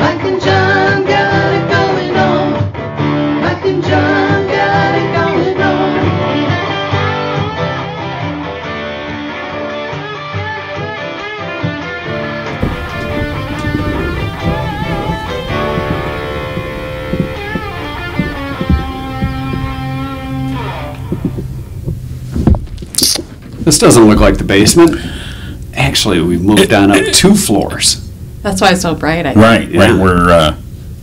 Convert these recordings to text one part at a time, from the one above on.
Mike and John got it going on. Mike and John got it going on. This doesn't look like the basement. Actually, we moved on up two floors. That's why it's so bright. I Right, Yeah. right. We're uh,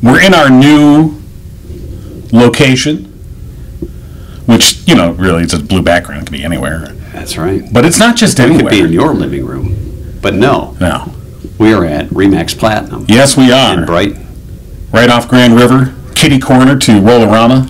we're in our new location, which you know really it's a blue background. It can be anywhere, That's right. but it's not just We could anywhere. be in your living room. But no, no. we are at Remax Platinum Yes, we are. in Brighton, right off Grand River, kitty corner to Rollerama.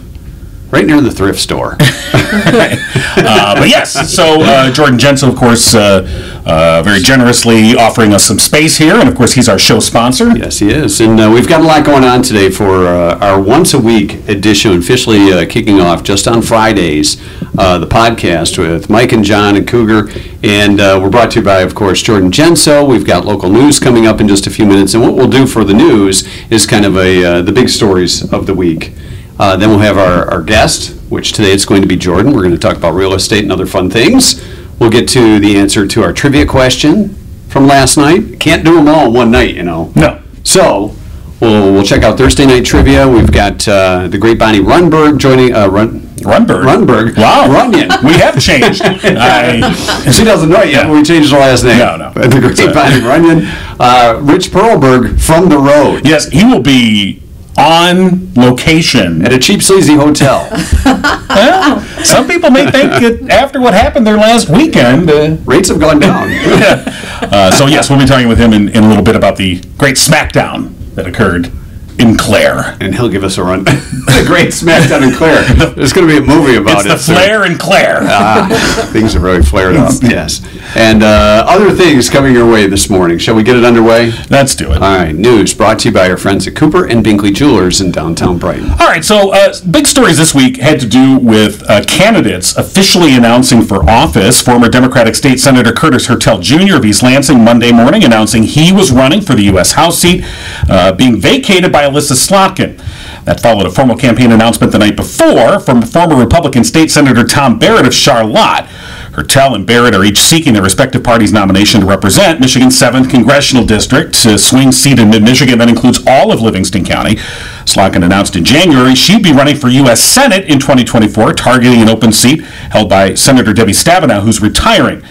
right near the thrift store. Uh, but yes, so uh, Jordan Jensen, of course, uh, uh, very generously offering us some space here, and of course he's our show sponsor. Yes, he is. And uh, we've got a lot going on today for uh, our once a week edition, officially uh, kicking off just on Fridays, uh, the podcast with Mike and John and Cougar. And uh, we're brought to you by, of course, Jordan Genso. We've got local news coming up in just a few minutes. And what we'll do for the news is kind of a uh, the big stories of the week. Uh, then we'll have our, our guest, which today it's going to be Jordan. We're going to talk about real estate and other fun things. We'll get to the answer to our trivia question from last night. Can't do them all in one night, you know. No. So, we'll, we'll check out Thursday night trivia. We've got uh, the great Bonnie Runberg joining. Uh, Run, Runberg. Runberg. Wow. Runyon. We have changed. I, she doesn't know it yet. Yeah. We changed her last name. No, no. But the great Bonnie Runyon. Uh, Rich Perlberg from the road yes, he will be on location. at a cheap, sleazy hotel. Well, some people may think that after what happened there last weekend. Uh, Rates have gone down. uh, so, yes, we'll be talking with him in, in a little bit about the great smackdown that occurred in Clare. and he'll give us a run. the great smackdown in Claire. There's going to be a movie about It's it. the soon. Flair and Clare. Ah, things are really flared up. Yes. And uh, other things coming your way this morning. Shall we get it underway? Let's do it. All right, news brought to you by our friends at Cooper and Binkley Jewelers in downtown Brighton. All right, so uh, big stories this week had to do with uh, candidates officially announcing for office. Former Democratic State Senator Curtis Hertel Jr. of East Lansing Monday morning announcing he was running for the U.S. House seat, uh, being vacated by Alyssa Slotkin. That followed a formal campaign announcement the night before from former Republican State Senator Tom Barrett of Charlotte. Hertel and Barrett are each seeking their respective party's nomination to represent Michigan's 7th Congressional District, a swing seat in mid Michigan that includes all of Livingston County. Slotkin announced in January she'd be running for U.S. Senate in 2024, targeting an open seat held by Senator Debbie Stabenow, who's retiring.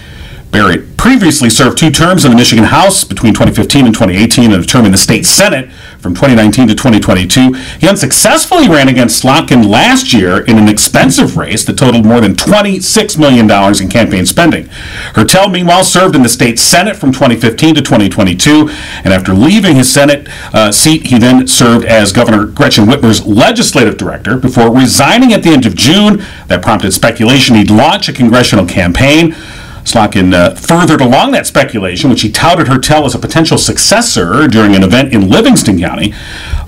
Barrett previously served two terms in the Michigan House between 2015 and 2018 and a term in the state Senate from 2019 to 2022. He unsuccessfully ran against Slotkin last year in an expensive race that totaled more than $26 million in campaign spending. Hertel, meanwhile, served in the state Senate from 2015 to 2022, and after leaving his Senate uh, seat, he then served as Governor Gretchen Whitmer's legislative director before resigning at the end of June. That prompted speculation he'd launch a congressional campaign. Slotkin uh, furthered along that speculation, which he touted Hertel as a potential successor during an event in Livingston County.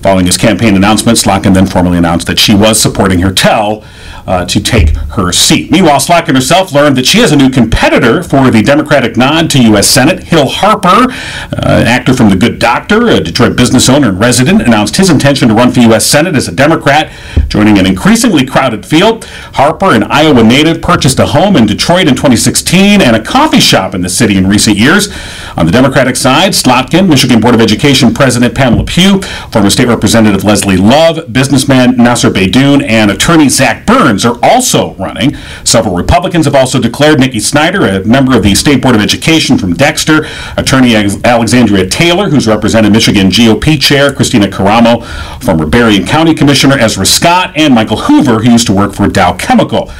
Following his campaign announcement, Slotkin then formally announced that she was supporting Hertel uh, to take her seat. Meanwhile, Slotkin herself learned that she has a new competitor for the Democratic nod to U.S. Senate. Hill Harper, uh, an actor from The Good Doctor, a Detroit business owner and resident, announced his intention to run for U.S. Senate as a Democrat, joining an increasingly crowded field. Harper, an Iowa native, purchased a home in Detroit in 2016 and a coffee shop in the city in recent years. On the Democratic side, Slotkin, Michigan Board of Education President Pamela Pugh, former State Representative Leslie Love, businessman Nasser Beydoun, and attorney Zach Burns are also running. Several Republicans have also declared Nikki Snyder, a member of the State Board of Education from Dexter, attorney Alex- Alexandria Taylor, who's represented Michigan GOP Chair Christina Caramo, former Berrien County Commissioner Ezra Scott, and Michael Hoover, who used to work for Dow Chemical.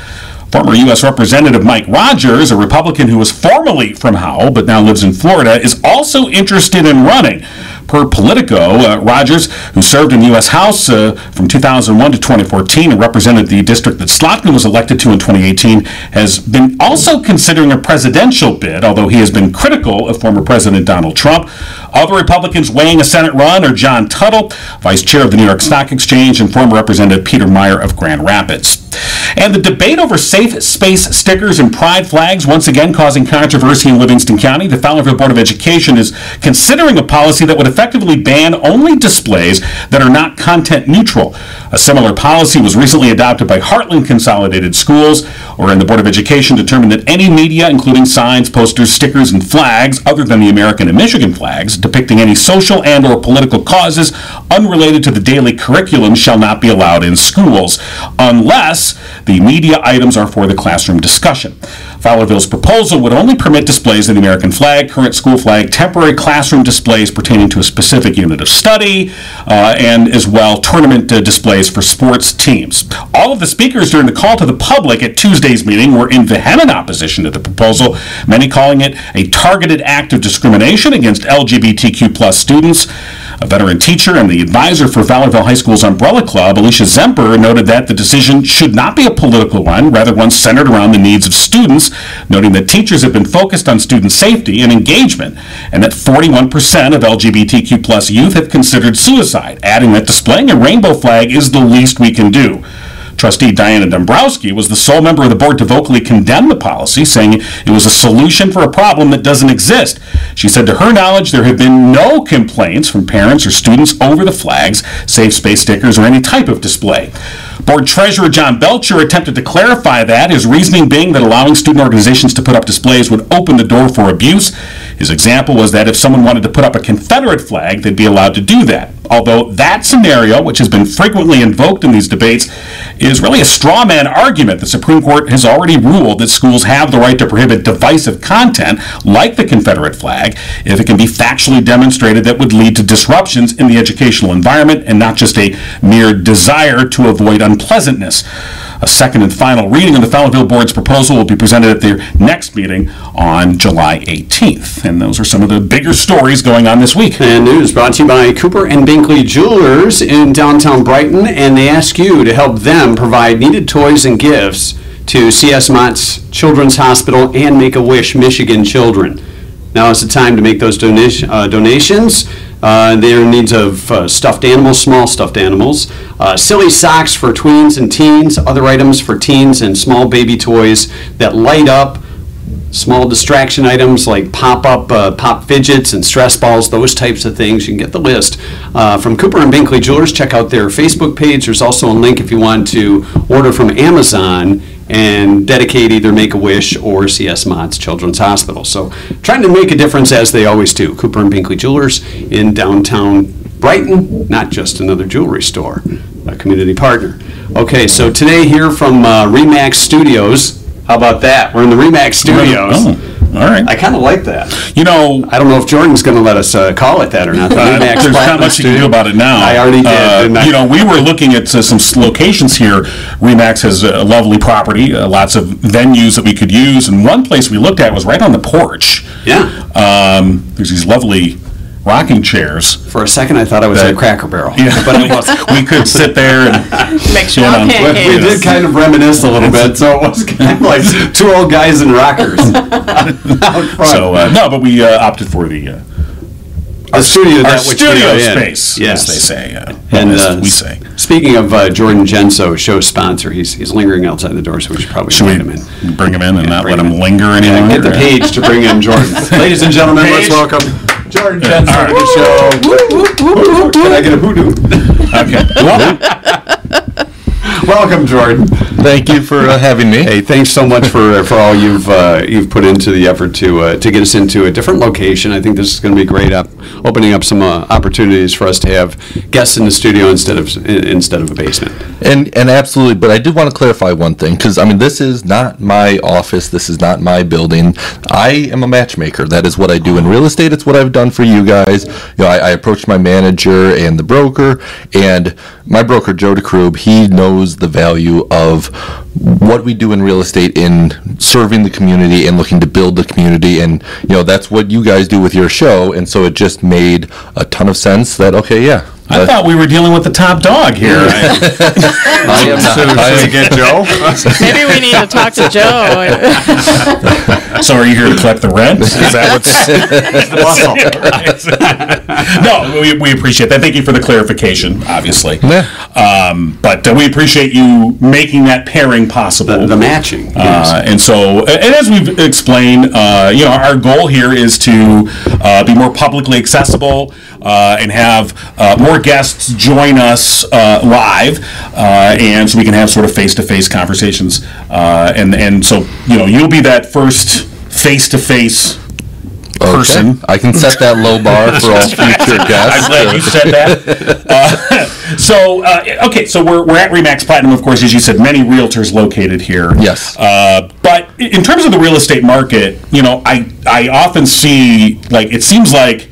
Former U.S. Representative Mike Rogers, a Republican who was formerly from Howell but now lives in Florida, is also interested in running. Per Politico, uh, Rogers, who served in the U.S. House uh, from 2001 to 2014 and represented the district that Slotkin was elected to in 2018, has been also considering a presidential bid, although he has been critical of former President Donald Trump. Other Republicans weighing a Senate run are John Tuttle, vice chair of the New York Stock Exchange, and former Representative Peter Meyer of Grand Rapids. And the debate over safe space stickers and pride flags once again causing controversy in Livingston County. The Fowlerville Board of Education is considering a policy that would effectively ban only displays that are not content neutral. A similar policy was recently adopted by Heartland Consolidated Schools, wherein the Board of Education determined that any media, including signs, posters, stickers, and flags other than the American and Michigan flags, depicting any social and or political causes unrelated to the daily curriculum shall not be allowed in schools unless the media items are for the classroom discussion. Fowlerville's proposal would only permit displays of the American flag, current school flag, temporary classroom displays pertaining to a specific unit of study, uh, and as well tournament uh, displays for sports teams. All of the speakers during the call to the public at Tuesday's meeting were in vehement opposition to the proposal, many calling it a targeted act of discrimination against LGBTQ plus students. A veteran teacher and the advisor for Fowlerville High School's Umbrella Club, Alicia Zemper, noted that the decision should not be a political one, rather one centered around the needs of students, noting that teachers have been focused on student safety and engagement, and that 41% of LGBTQ plus youth have considered suicide, adding that displaying a rainbow flag is the least we can do. Trustee Diana Dombrowski was the sole member of the board to vocally condemn the policy, saying it was a solution for a problem that doesn't exist. She said, to her knowledge, there have been no complaints from parents or students over the flags, safe space stickers, or any type of display. Board Treasurer John Belcher attempted to clarify that, his reasoning being that allowing student organizations to put up displays would open the door for abuse. His example was that if someone wanted to put up a Confederate flag, they'd be allowed to do that. Although that scenario, which has been frequently invoked in these debates, is really a straw man argument. The Supreme Court has already ruled that schools have the right to prohibit divisive content like the Confederate flag if it can be factually demonstrated that would lead to disruptions in the educational environment and not just a mere desire to avoid unpleasantness. A second and final reading of the Fallonville Board's proposal will be presented at their next meeting on July 18th. And those are some of the bigger stories going on this week. And news brought to you by Cooper and Binkley Jewelers in downtown Brighton, and they ask you to help them provide needed toys and gifts to CS Mott's Children's Hospital and Make-A-Wish Michigan children. Now is the time to make those donation, uh, donations. Uh, they're in needs of uh, stuffed animals, small stuffed animals, uh, silly socks for tweens and teens, other items for teens, and small baby toys that light up small distraction items like pop-up uh, pop fidgets and stress balls those types of things you can get the list uh, from cooper and binkley jewelers check out their facebook page there's also a link if you want to order from amazon and dedicate either make-a-wish or cs mott's children's hospital so trying to make a difference as they always do cooper and binkley jewelers in downtown brighton not just another jewelry store a community partner okay so today here from uh, remax studios how about that? We're in the Remax Studios. Oh, all right. I kind of like that. You know, I don't know if Jordan's going to let us uh, call it that or not. The Uh, Remax There's not Platinum much you can do Studio. about it now. I already did, Uh, didn't I? You know, we were looking at uh, some s- locations here. Remax has a lovely property, uh, lots of venues that we could use, and one place we looked at was right on the porch. Yeah. Um, there's these lovely rocking chairs. For a second, I thought I was at Cracker Barrel. But it wasn't. we could sit there and Make Yeah, sure I'm I'm glad we We pancakes. did kind of reminisce a little bit, so it was kind of like two old guys in rockers. Out front. so uh, no, but we uh, opted for the uh, the studio, our that which we studio are in. space, Yes. as they say, uh, And as uh, we say. Speaking of uh, Jordan Genso, show sponsor, he's, he's lingering outside the door, so we should probably Should invite him in. we bring him in and not bring let him him in. linger any Yeah, longer? get the page to bring in Jordan. Ladies and gentlemen, let's Page. welcome Jordan Jensen All right. to the show. Can I get a hoodoo? Okay. Well, welcome, Jordan. Thank you for uh, having me. Hey, thanks so much for for all you've uh, you've put into the effort to uh, to get us into a different location. I think this is going to be great, up opening up some uh, opportunities for us to have guests in the studio instead of in- instead of a basement. And and absolutely, but I did want to clarify one thing because I mean this is not my office. This is not my building. I am a matchmaker. That is what I do in real estate. It's what I've done for you guys. You know, I, I approached my manager and the broker, and my broker Joe DeCrube. He knows shows the value of what we do in real estate in serving the community and looking to build the community. And, you know, that's what you guys do with your show. And so it just made a ton of sense that, okay, yeah. I that- thought we were dealing with the top dog here. I- I am not- I am- get Joe? Maybe we need to talk to Joe. so are you here to collect the rent? Is that what's No, we, we appreciate that. Thank you for the clarification, obviously. Yeah. Um, but uh, we appreciate you making that pairing possible. The matching, yes. Uh, and so, a- and as we've explained, uh, you know, our goal here is to uh, be more publicly accessible uh, and have uh, more guests join us uh, live, uh, and so we can have sort of face-to-face conversations. Uh, and and so, you know, you'll be that first face-to-face person. Okay. I can set that low bar for all future I'm guests. glad you said that. Uh, so, uh, okay, so we're, we're at Remax Platinum, of course, as you said, many realtors located here. Yes. Uh, but i- in terms of the real estate market, you know, I, I often see, like, it seems like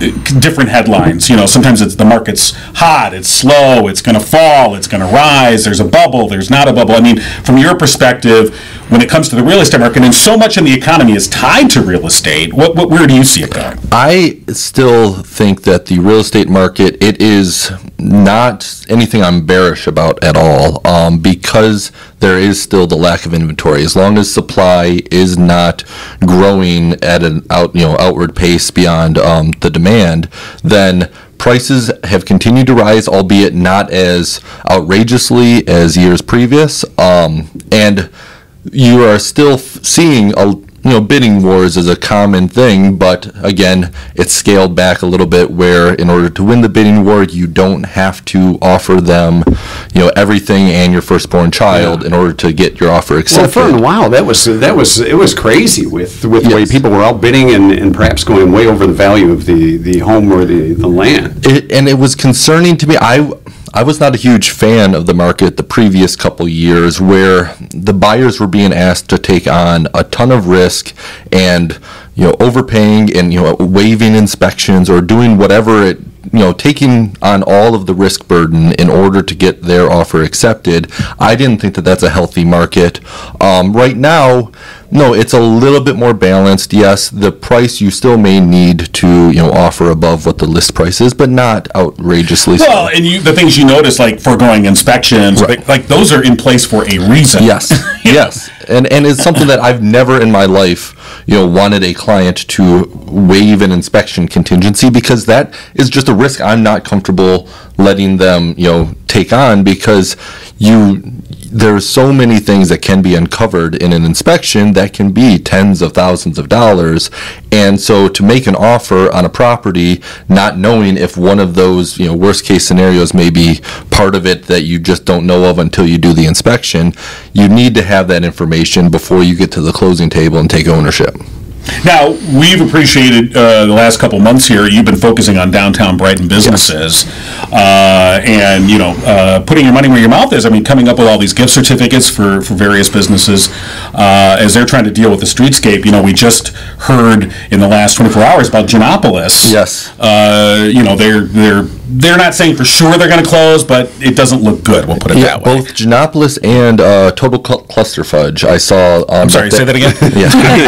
uh, different headlines you know sometimes it's the market's hot it's slow it's going to fall it's going to rise there's a bubble there's not a bubble i mean from your perspective when it comes to the real estate market and so much in the economy is tied to real estate what, what where do you see it going I still think that the real estate market it is not anything I'm bearish about at all um, because there is still the lack of inventory. As long as supply is not growing at an out you know outward pace beyond um, the demand, then prices have continued to rise, albeit not as outrageously as years previous, um, and you are still f- seeing a you know, bidding wars is a common thing, but again, it's scaled back a little bit where in order to win the bidding war, you don't have to offer them, you know, everything and your firstborn child in order to get your offer Well, accepted. for a while, that was that was it was crazy with with the way Yes. people were out bidding and, and perhaps going way over the value of the, the home or the, the land. it, and it was concerning to me. I I was not a huge fan of the market the previous couple years, where the buyers were being asked to take on a ton of risk and you know overpaying and you know waiving inspections or doing whatever it you know taking on all of the risk burden in order to get their offer accepted. I didn't think that that's a healthy market. Um, right now, no, it's a little bit more balanced. Yes, the price you still may need to you know offer above what the list price is, but not outrageously. so. Well, and you, the things you notice, like foregoing inspections, Right. like, like those are in place for a reason. Yes, yes, and and it's something that I've never in my life, you know, wanted a client to waive an inspection contingency because that is just a risk I'm not comfortable letting them, you know, take on because you there's so many things that can be uncovered in an inspection that can be tens of thousands of dollars, and so to make an offer on a property, not knowing if one of those, you know, worst case scenarios may be part of it that you just don't know of until you do the inspection, you need to have that information before you get to the closing table and take ownership. Now, we've appreciated uh, the last couple months here, you've been focusing on downtown Brighton businesses uh, and, you know, uh, putting your money where your mouth is. I mean, coming up with all these gift certificates for, for various businesses uh, as they're trying to deal with the streetscape. You know, we just heard in the last 24 hours about Genopolis. Yes. Uh, you know, they're, they're, they're not saying for sure they're going to close, but it doesn't look good, we'll put it that way. both Genopolis and uh, Total Cl- Cluster Fudge. I saw. Um, I'm sorry, say that again.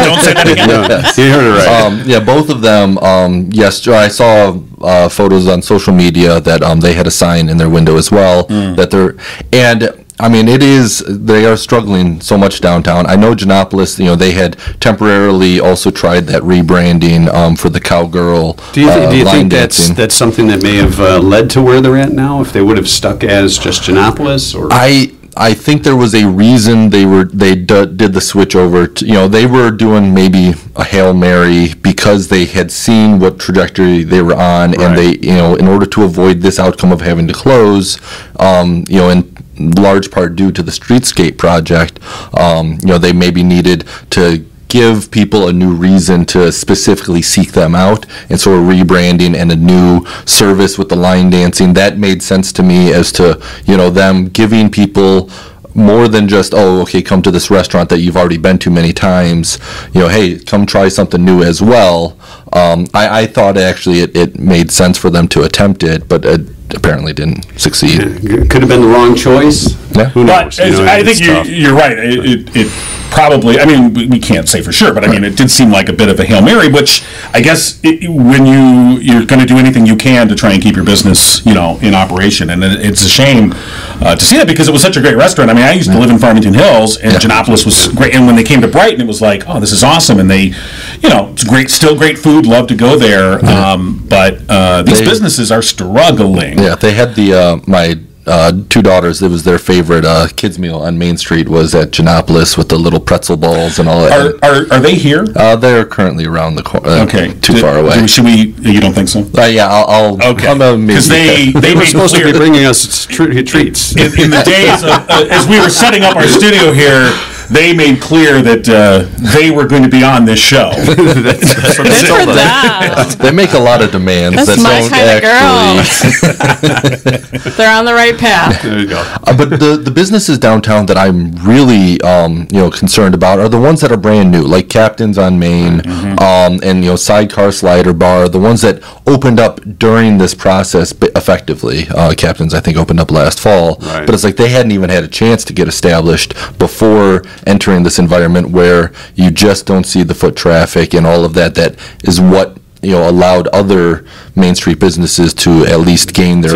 Don't say that again. You heard it right. um, yeah, both of them. Um, yes, Joe, I saw uh, photos on social media that um, they had a sign in their window as well Hmm. that they're and. I mean, it is. They are struggling so much downtown. I know Genopolis. You know, they had temporarily also tried that rebranding um, for the cowgirl. Do you, uh, do you line think that's dancing. that's something that may have uh, led to where they're at now? If they would have stuck as just Genopolis, or I I think there was a reason they were they d- did the switch over. To, you know, they were doing maybe a hail mary because they had seen what trajectory they were on, and they you know in order to avoid this outcome of having to close, um, you know, in large part due to the streetscape project, um, you know, they maybe needed to. Give people a new reason to specifically seek them out, and so a rebranding and a new service with the line dancing that made sense to me as to you know them giving people more than just oh okay come to this restaurant that you've already been to many times you know hey come try something new as well um, I, I thought actually it, it made sense for them to attempt it but it apparently didn't Hmm. succeed. Could have been the wrong choice. Yeah. Who knows? But You know, I it's think you, tough. you're right. It, it, it probably. I mean, we, we can't say for sure, but I mean, it did seem like a bit of a hail mary. Which I guess it, when you you're going to do anything you can to try and keep your business, you know, in operation, and it, it's a shame uh, to see that because it was such a great restaurant. I mean, I used to live in Farmington Hills, and Janopolis was great. And when they came to Brighton, it was like, oh, this is awesome, and they, you know, it's great, still great food. Love to go there, um, but uh, these They- businesses are struggling. Yeah, they had the uh, my uh, two daughters. It was their favorite uh, kids meal on Main Street was at Janopolis with the little pretzel balls and all Are, that. are, are they here? uh, they're currently around the corner. Uh, Okay. too Do- far away. do- should we? You don't think so? Uh, yeah, I'll. I'll Okay. I'm a maybe. Because they they They were made supposed to be clear bringing us tr- treats. in, in the days of, uh, as we were setting up our studio here. They made clear that uh, they were going to be on this show. Good for them. They make a lot of demands That's that my don't kinda girl. actually. They're on the right path. There you go. Uh, but the the businesses downtown that I'm really um, you know concerned about are the ones that are brand new, like Captain's on Main, mm-hmm. um, and you know Sidecar Slider Bar, the ones that opened up during this process bi- effectively. Uh, Captain's I think opened up last fall, Right. but it's like they hadn't even had a chance to get established before entering this environment where you just don't see the foot traffic and all of that. That is what. You know, allowed other Main Street businesses to at least gain their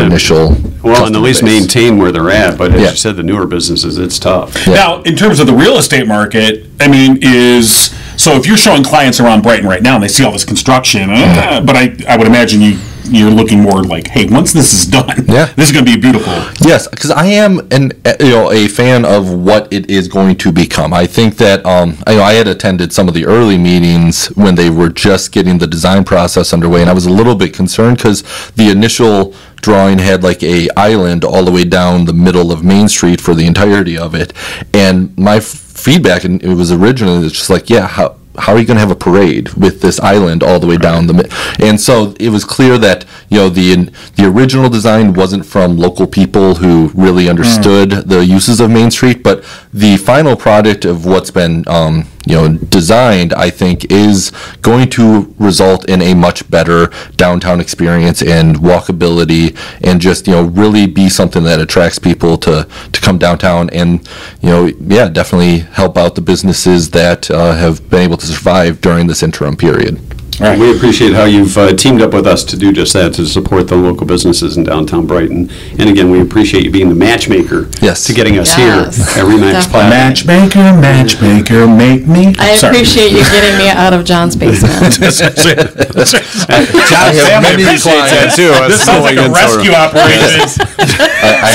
Well, initial. and customer at least base. maintain where they're at, but as Yeah. you said, the newer businesses, it's tough. Now, in terms of the real estate market, I mean, is so if you're showing clients around Brighton right now and they see all this construction, uh, Mm-hmm. but I, I would imagine you you're looking more like, hey, once this is done, Yeah. this is going to be beautiful. Yes, because I am an uh, you know a fan of what it is going to become. I think that um, I, I had attended some of the early meetings when they were just getting the design process underway, and I was a little bit concerned because the initial drawing had like a island all the way down the middle of Main Street for the entirety of it, and my f- feedback and it was originally it's just like yeah how. How are you going to have a parade with this island all the way down the? mi- And so it was clear that you know the in- the original design wasn't from local people who really understood the uses of Main Street, but the final product of what's been um, you know designed, I think, is going to result in a much better downtown experience and walkability, and just you know really be something that attracts people to to come downtown, and you know yeah, definitely help out the businesses that uh, have been able to survive during this interim period. Right. We appreciate how you've uh, teamed up with us to do just that, to support the local businesses in downtown Brighton. And again, we appreciate you being the matchmaker Yes. to getting us here Yes. at Remax Definitely. Platinum. Matchmaker, matchmaker, make me. I Sorry. appreciate you getting me out of John's basement. John have many clients, too. I was This sounds like a going into rescue operation. I, I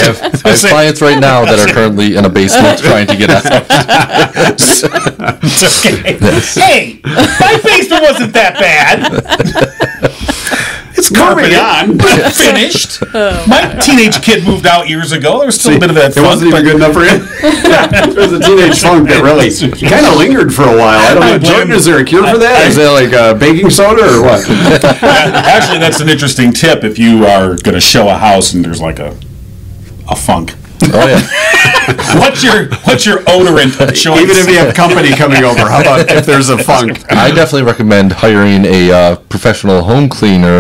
have, I have clients right now that are currently in a basement trying to get out. It's okay. Hey, my basement wasn't that bad. It's carpet on, but finished. My teenage kid moved out years ago. There was still a bit of that. It wasn't even funk, good enough for him. There was a teenage funk that really kind of lingered for a while. I don't I know, blame Jordan, you. is there a cure for that? Is that like uh, baking soda or what? but, uh, Actually, that's an interesting tip. If you are going to show a house and there's like a a funk, Oh yeah. what's your what's your odorant of choice? Even if you have company coming over, how about if there's a funk? I definitely recommend hiring a uh, professional home cleaner.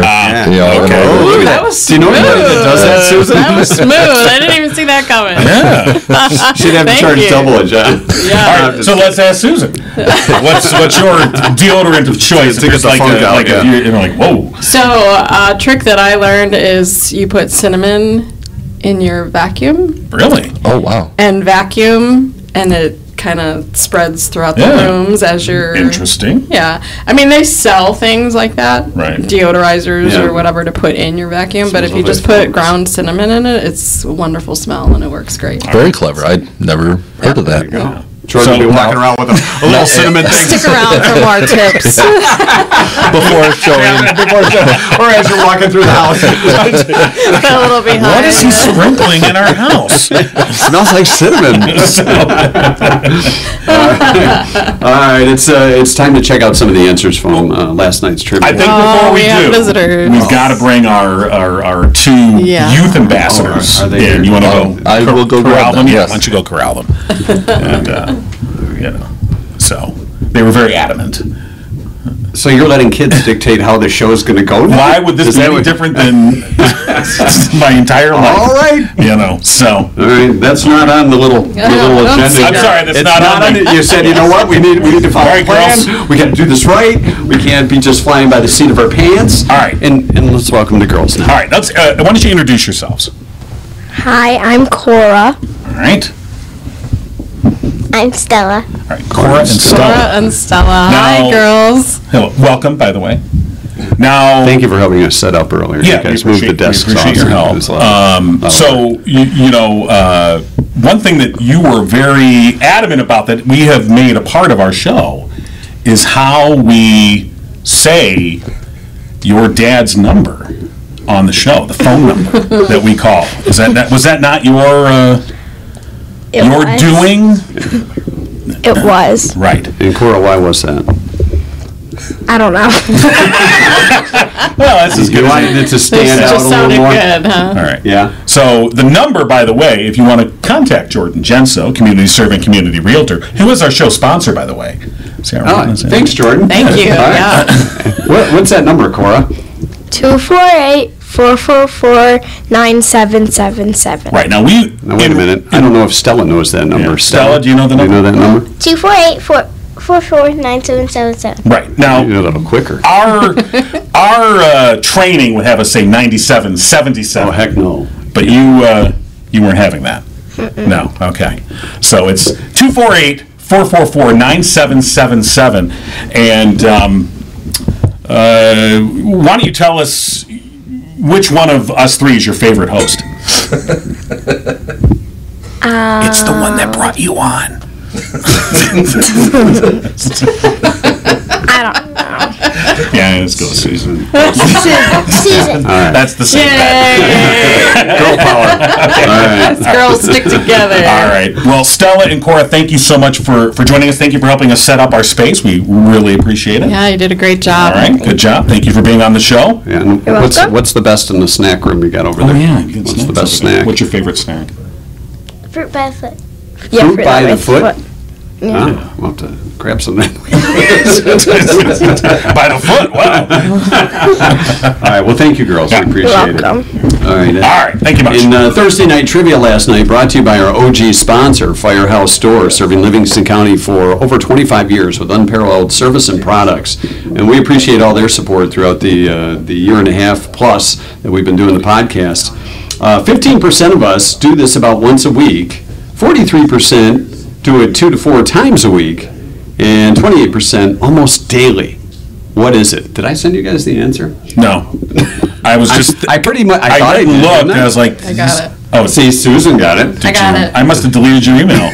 you know, Ah, in okay. order- Look at that was Do you know anybody that does that, Susan? That was smooth. I didn't even see that coming. She'd have to Thank charge you. double it, John. Yeah. All right, so let's ask Susan. What's what's your deodorant of choice? To get Just the like funk a- out, like a- yeah. you're, you're like whoa. So, a trick that I learned is you put cinnamon in your vacuum Really? Oh wow. and vacuum, and it kind of spreads throughout Yeah. the rooms as you're. Interesting. Yeah. I mean, they sell things like that, Right. deodorizers Yeah. or whatever to put in your vacuum, but if you like just put flowers. ground cinnamon in it, it's a wonderful smell and it works great. Very clever. I'd never heard of that. Jordan So- will be walking around with a, a little cinnamon thing. Stick around for more tips. Before showing, or as you're walking through the house. a little behind. What is he sprinkling in our house? smells like cinnamon. All right, it's uh, it's time to check out some of the answers from uh, last night's trivia. I think before Oh, we, we have do, visitors. we've got to bring our our, our two Yeah. youth ambassadors. Oh, are they in. here? you want to Oh, go? I will go corral grab them. them, Yeah, yes. why don't you go corral them? and, uh, you know, so they were very adamant. So you're letting kids dictate how the show's going to go? now? Why would this Is be that any what- different than my entire life? All right. You know, so. All right, that's not on the little, the I don't little see agenda. that. I'm sorry, that's It's not on there. it. You said, you know what, we need, we need to follow All a right, plan. girls. We got to do this right. We can't be just flying by the seat of our pants. All right. And, and let's welcome the girls All now. right, let's, uh, why don't you introduce yourselves? Hi, I'm Cora. All right? I'm Stella. All right, Cora and Laura Stella. and Stella. Hi, Now- girls. Hello, welcome, by the way. Now, Thank you for helping us set up earlier. yeah, You guys we moved appreciate, the desks we off. appreciate your help. There's a lot of- Um, lot of work. so, you, you know, uh, one thing that you were very adamant about that we have made a part of our show is how we say your dad's number on the show, the phone number that we call. Is that, that was that not your uh, It your was. doing? It was. Right. And Cora, why was that? I don't know. Well, that's as You good. As, wanted it to This stand out a little just sounded more? good, huh? all right. Yeah. So the number, by the way, if you want to contact Jordan Genso, community servant, community realtor, who is our show sponsor, by the way. See how Ah, right that's it. Thanks, Jordan. Thank you. All right. Yeah. What- What's that number, Cora? Oh, 248 444 9777. Right now, we. Now, wait a minute. I don't know if Stella knows that number. Yeah. Stella, do you know the You know number? that number? 248 444 9777. Right You now, know that a little quicker. our our uh, training would have us say 97, 77. Oh, heck no. But you uh, you weren't having that. No. Okay. So it's 248 444 9777. And um, uh, why don't you tell us which one of us three is your favorite host? it's the one that brought you on. I don't know. Yeah, let's go, Susan. Susan. That's the same. Yay! Girl power. All right. girls stick together. All right. Well, Stella and Cora, thank you so much for, for joining us. Thank you for helping us set up our space. We really appreciate it. Yeah, you did a great All job. right. Good job. Thank you for being on the show. Yeah, and what's, welcome. what's the best in the snack room you got over there? Oh, good What's the snacks best over there. snack? What's your favorite snack? Fruit by the foot. Fruit fruit by the with foot? Yeah. Ah, We'll have to grab some then. By the foot. Wow. All right, well, thank you, girls. We appreciate it. Welcome. All right. uh, All right. Thank you much. In uh, Thursday Night Trivia last night, brought to you by our OG sponsor, Firehouse Store, serving Livingston County for over 25 years with unparalleled service and products. And we appreciate all their support throughout the, uh, the year and a half plus that we've been doing the podcast. Uh, 15% of us do this about once a week, 43% do it two to four times a week, and 28% almost daily. What is it? Did I send you guys the answer? no. I was just. I pretty much, I I, thought I didn't did, look. didn't and I was like. I got it. Oh, see. See, Susan got it. I got it. I must have deleted your email.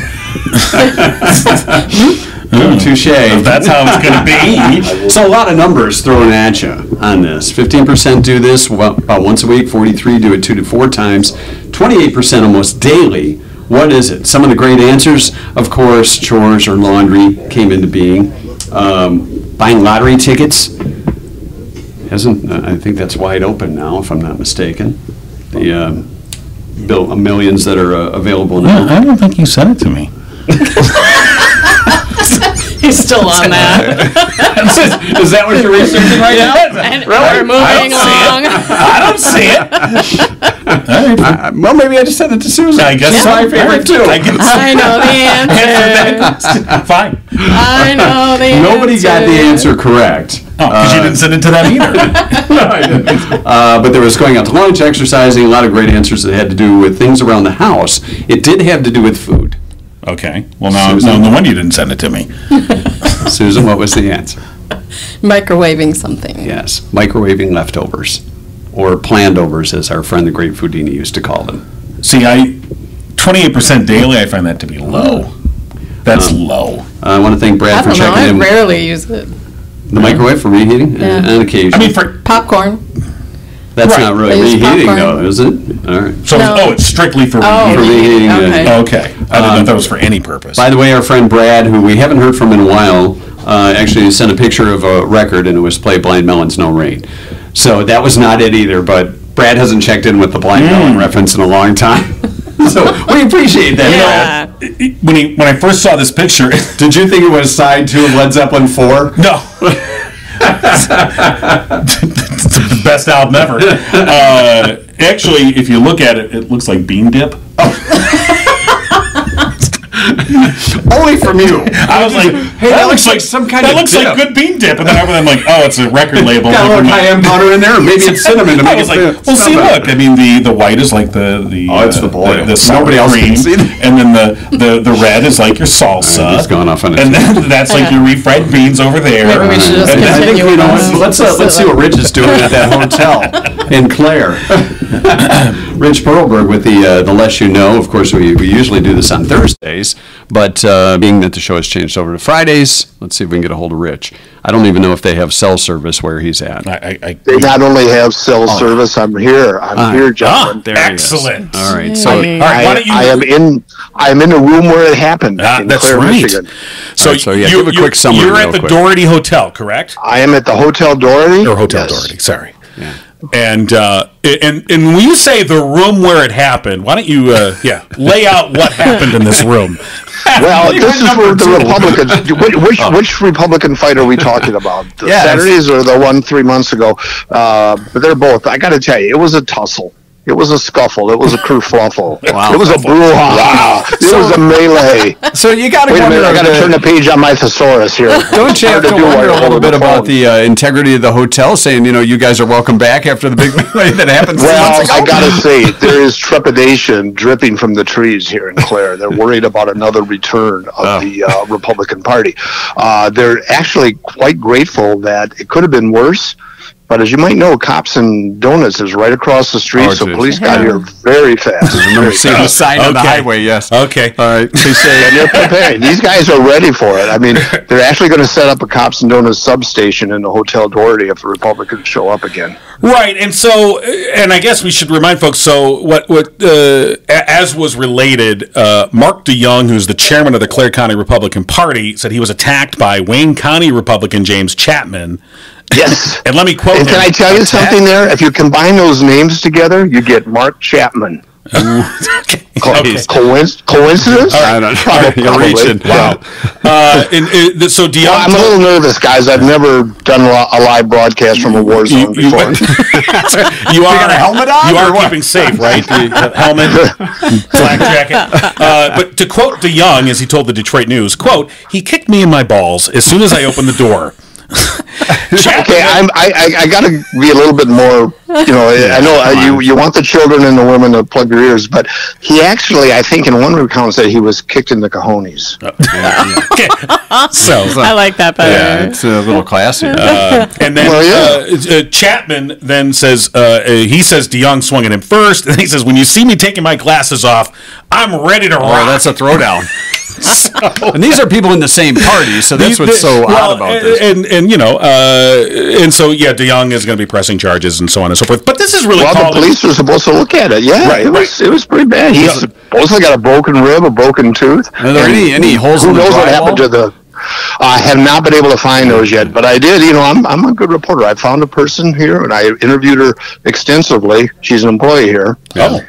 Touche. If that's how it's going to be. So a lot of numbers thrown at you on this. Fifteen percent do this wa- about once a week. Forty-three do it two to four times. Twenty-eight percent almost daily. What is it? Some of the great answers, of course, chores or laundry came into being. Um, buying lottery tickets hasn't. uh, I think that's wide open now, if I'm not mistaken. The um, bill millions that are uh, available now. I don't think you sent it to me. He's still on that. is that what you're researching right now? And We're moving along. I don't see it. All right. Uh, Well, maybe I just sent it to Susan. I guess It's so. my favorite too. I guess so. I know the answer. Fine. I know Oh, the answer. Nobody got the answer correct. Oh, because you didn't send it to them either. Uh, but there was going out to lunch, exercising, a lot of great answers that had to do with things around the house. It did have to do with food. okay. Well, now, Susan. no, no wonder you didn't send it to me. Susan, what was the answer? Microwaving something. Yes, microwaving leftovers, or planned overs, as our friend the Great Foodini used to call them. See, I twenty-eight percent daily. I find that to be low. That's low. Uh, I want to thank I Brad for don't know. checking I in. rarely use it. The microwave for reheating uh, Yeah. on occasion. I mean, for Popcorn. That's right. not really They use reheating popcorn. though, is it? All right. so. No. Oh, it's strictly for. Oh, For reading. reheating, uh, Okay. Okay. I didn't know that was for any purpose. By the way, our friend Brad, who we haven't heard from in a while, uh, actually sent a picture of a record, and it was "Play Blind Melon's No Rain." So that was not it either. But Brad hasn't checked in with the Mm. Blind Melon reference in a long time, so we appreciate that. Yeah. when he when I first saw this picture, Did you think it was side two of Led Zeppelin four? no. it's the best album ever. Uh, actually, if you look at it, it looks like bean dip. Oh, Only from you. I was like, hey, that looks like some kind that of looks dip. like good bean dip, and then I am like, oh, it's a record label. Got a Never little mind. cayenne powder in there, or maybe it's cinnamon to I make was it like, fit. well, see, Stop it. look. I mean, the the white is like the the uh, Oh, it's the boil. the, sour Nobody else can cream, see that. and then the, the the red is like your salsa. Alright, he's gone off on a and tangent. then that's like your refried beans over there. Maybe we should just And I then- think, you know, continue let's, let's, on. uh, let's see what Rich is doing at that hotel in Clare. Rich Perlberg with the, uh, the Less You Know. Of course, we, we usually do this on Thursdays, but uh, being that the show has changed over to Fridays, let's see if we can get a hold of Rich. I don't even know if they have cell service where he's at. I, I, I, They not only have cell service, I'm here. I'm here, ah, John. There he is. excellent. All right, All so. right, why I, don't you? I am in. I'm in a room where it happened. Ah, in that's Clare, right. Michigan. so, All right, so, yeah, you, give a you- quick summary You're real at the quick. Doherty Hotel, correct? I am at the Hotel Doherty. or Hotel Yes. Doherty. Sorry. And uh, and and when you say the room where it happened, why don't you uh, yeah lay out what happened in this room? Well, this is where the Republicans. Which which, which Republican fight are we talking about? The Yeah, that's- Saturdays or the one three months ago? Uh, but they're both. I got to tell you, it was a tussle. It was a scuffle. It was a kerfluffle. Wow. It was a brouhaha. It was a melee. So you got to Wait a minute, wonder, I got to turn the page on my thesaurus here. don't you have Hard to wonder do while a you're little holding bit the about phone. the uh, integrity of the hotel, saying, you know, you guys are welcome back after the big melee that happened three months ago? Well, I gotta say, there is trepidation dripping from the trees here in Clare. They're worried about another return of the uh, Republican Party. Uh, they're actually quite grateful that it could have been worse. But as you might know, Cops and Donuts is right across the street, Oh, so geez. police got here very fast. I remember seeing the sign on the Okay. highway, yes. Okay. All right, please and they're preparing. These guys are ready for it. I mean, they're actually going to set up a Cops and Donuts substation in the Hotel Doherty if the Republicans show up again. Right, and so, and I guess we should remind folks. So, what, what, uh, a- as was related, uh, Mark DeYoung, who's the chairman of the Clare County Republican Party, said he was attacked by Wayne County Republican James Chapman. Yes. And let me quote. And can him. I tell you Attack- something there? If you combine those names together, you get Mark Chapman. Co- Okay. coinc- coincidence? I don't know. You're Probably. reaching. Wow. Uh, and, and th- so DeYoung. Well, I'm a little nervous, guys. I've never done a a live broadcast from a war zone You- you- before. you are got a helmet on, You or are what? keeping safe, right? The helmet, black jacket. Uh, but to quote DeYoung, as he told the Detroit News, "quote He kicked me in my balls as soon as I opened the door." Okay, I'm, I, I, I got to be a little bit more, you know, I- I know uh, you, you want the children and the women to plug their ears, but he actually, I think in one recount said he was kicked in the cojones. Okay. So, I like that Yeah, better. it's a little classy. and then Well, uh, uh, Chapman then says uh, uh, he says DeYoung swung at him first, and he says, "When you see me taking my glasses off, I'm ready to oh, rock." that's a throwdown. and these are people in the same party, so that's The- what's so the- well, odd about and, this. And and you know, uh, and so yeah, DeYoung is going to be pressing charges and so on and so forth. But this is really Well, the calling- police were supposed to look at it. Yeah, Right, it was it was pretty bad. He supposedly got a broken rib, a broken tooth. Are there and any- any holes Who in the knows what drywall? happened to the? I have not been able to find those yet, but I did. You know, I'm I'm a good reporter. I found a person here, and I interviewed her extensively. She's an employee here. Oh.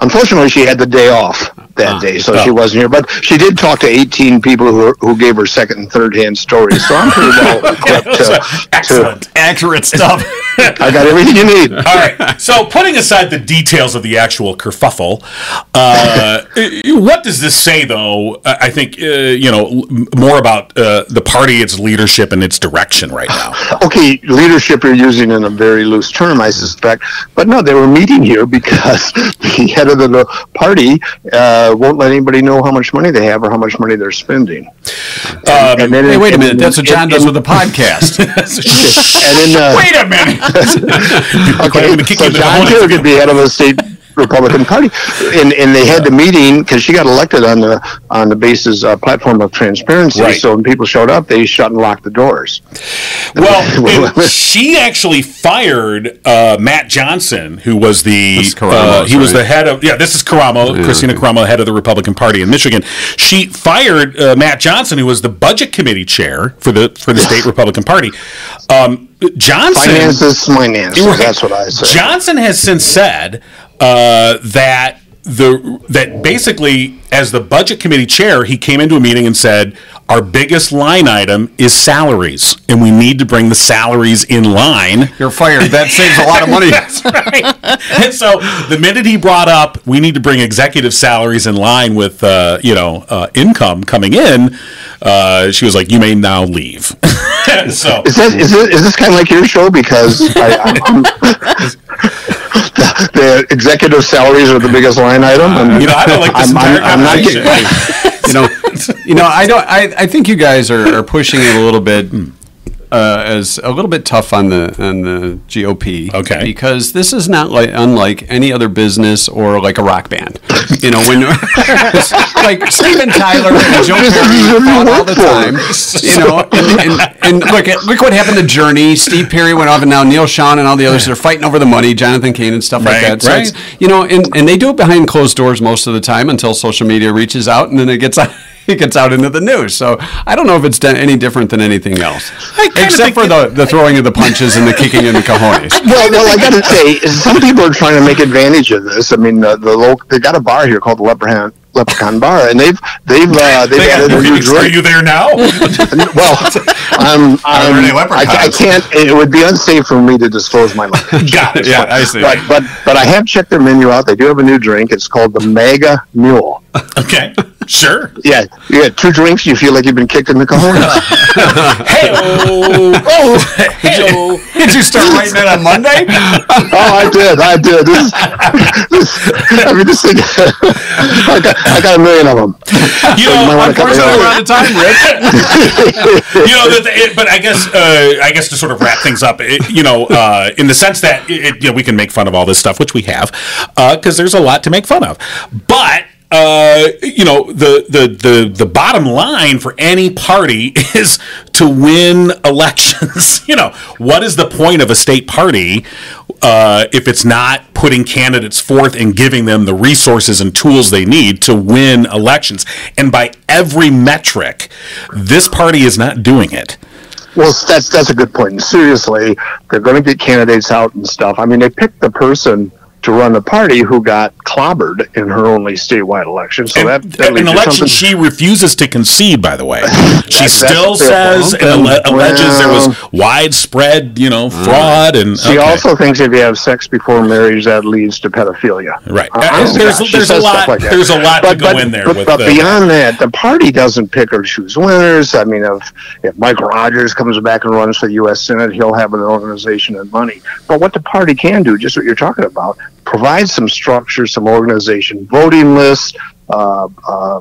Unfortunately, she had the day off Ah, that day, so she oh. wasn't here. But she did talk to 18 people who, who gave her second and third hand stories. So I'm pretty well equipped to, to. Excellent. Accurate stuff. I got everything you need. All right. So, putting aside the details of the actual kerfuffle, uh, what does this say, though? I I think uh, you know l- more about uh, the party, its leadership, and its direction right now. okay, leadership you're using in a very loose term, I suspect. But no, they were meeting here because the head of the party uh, won't let anybody know how much money they have or how much money they're spending. Um, And then hey, in- wait a in- minute. That's what John in- does in- with the podcast. And in, uh, Wait a minute. I'm gonna okay, kick so you in the John cojones. Kerr could be head of the state Republican Party, and and they had the meeting because she got elected on the on the basis uh, platform of transparency. Right. So when people showed up, they shut and locked the doors. Well, it- she actually fired uh, Matt Johnson, who was the This is Karamos, uh, he was right? the head of yeah. This is Karamo, Christina Karamo, head of the Republican Party in Michigan. She fired uh, Matt Johnson, who was the Budget Committee chair for the for the state Republican Party. Um, Johnson Finances, finances. Right. That's what I say. Johnson has since said uh, that the that basically as the budget committee chair, he came into a meeting and said, "Our biggest line item is salaries, and we need to bring the salaries in line." You're fired. That saves a lot of money. That's right. and so the minute he brought up, we need to bring executive salaries in line with uh, you know uh, income coming in. Uh, she was like, "You may now leave." so Is this is this, is this kind of like your show? Because I, I'm, the, the executive salaries are the biggest line item. and you know, I don't like this I'm- entire I'm- I'm not conversation. getting- you know, you know, I don't. I, I think you guys are, are pushing it a little bit uh, as a little bit tough on the on the GOP. Okay. because this is not like unlike any other business or like a rock band. You know, when like Steven Tyler and Joe This is Perry who you fought all work the for. time. You know, and, and, and look at look what happened to Journey. Steve Perry went off, and now Neil Sean and all the others are fighting over the money. Jonathan Cain and stuff Right, like that. So right. it's- you know, and, and they do it behind closed doors most of the time until social media reaches out and then it gets out, it gets out into the news. So I don't know if it's done any different than anything else, kinda except think for the, the throwing of the punches and the kicking in the cojones. Well, well, I gotta say, some people are trying to make advantage of this. I mean, the, the local, they got a bar here called the Leprechaun Leprechaun Bar, and they've they've uh, they've added a new Are drink. you Uh, there now? Well, I'm, there any I'm I, ca- I leprechauns? can't. It would be unsafe for me to disclose my location. Got it. yeah, I see. But, but but I have checked their menu out. They do have a new drink. It's called the Mega Mule. Okay. Sure. Yeah, you got two drinks. You feel like you've been kicked in the cojones. Hey. Oh. Hey. Did you start writing that on Monday? oh, I did. I did. This, is- this, I mean, this thing. I got, I got a million of them. You You might know, wanna cut that Unfortunately, out. we're out of time, Rick. you know, that it, but I guess, uh, I guess to sort of wrap things up, it, you know, uh, in the sense that it, it, you know, we can make fun of all this stuff, which we have, because there's a lot to make fun of. But uh, you know, the, the the the bottom line for any party is to win elections. you know, what is the point of a state party? Uh, if it's not putting candidates forth and giving them the resources and tools they need to win elections. And by every metric, this party is not doing it. Well, that's that's a good point. And seriously, they're going to get candidates out and stuff. I mean, they picked the person to run the party who got clobbered in her only statewide election. So that, that an leaves you election something- she refuses to concede, by the way. She that's still a fair says point. and alle- alleges there was Well. Mm. widespread, you know, fraud and She okay. also thinks if you have sex before marriage, that leads to pedophilia. Right. Uh, I don't know. There's- She there's a says stuff lot- like that. there's a lot to But- go but- in there But, with but the- beyond that, the party doesn't pick or choose winners. I mean, if if Mike Rogers comes back and runs for the U.S. Senate, he'll have an organization and money. But what the party can do, just what you're talking about, provide some structure, some organization, voting lists. Uh, uh,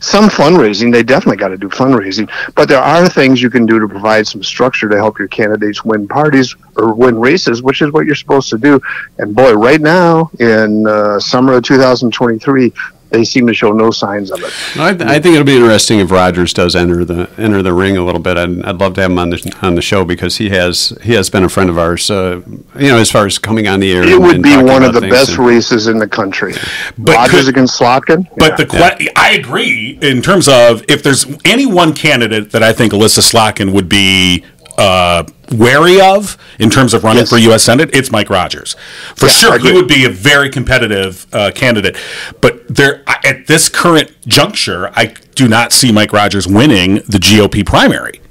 some fundraising. They definitely got to do fundraising, but there are things you can do to provide some structure to help your candidates win parties or win races, which is what you're supposed to do. And boy, right now in uh, summer of 2023, they seem to show no signs of it. I, th- I think it'll be interesting if Rogers does enter the enter the ring a little bit. I'd, I'd love to have him on the on the show because he has he has been a friend of ours. Uh, you know, as far as coming on the air, It and- would and be talking one of about the things best and- races in the country. But Rogers could- against Slotkin. But the que- I agree in terms of if there's any one candidate that I think Alyssa Slotkin would be uh, wary of in terms of running Yes. for U.S. Senate, it's Mike Rogers. For sure, he agree. would be a very competitive uh, candidate. But there, I- at this current juncture, I do not see Mike Rogers winning the GOP primary.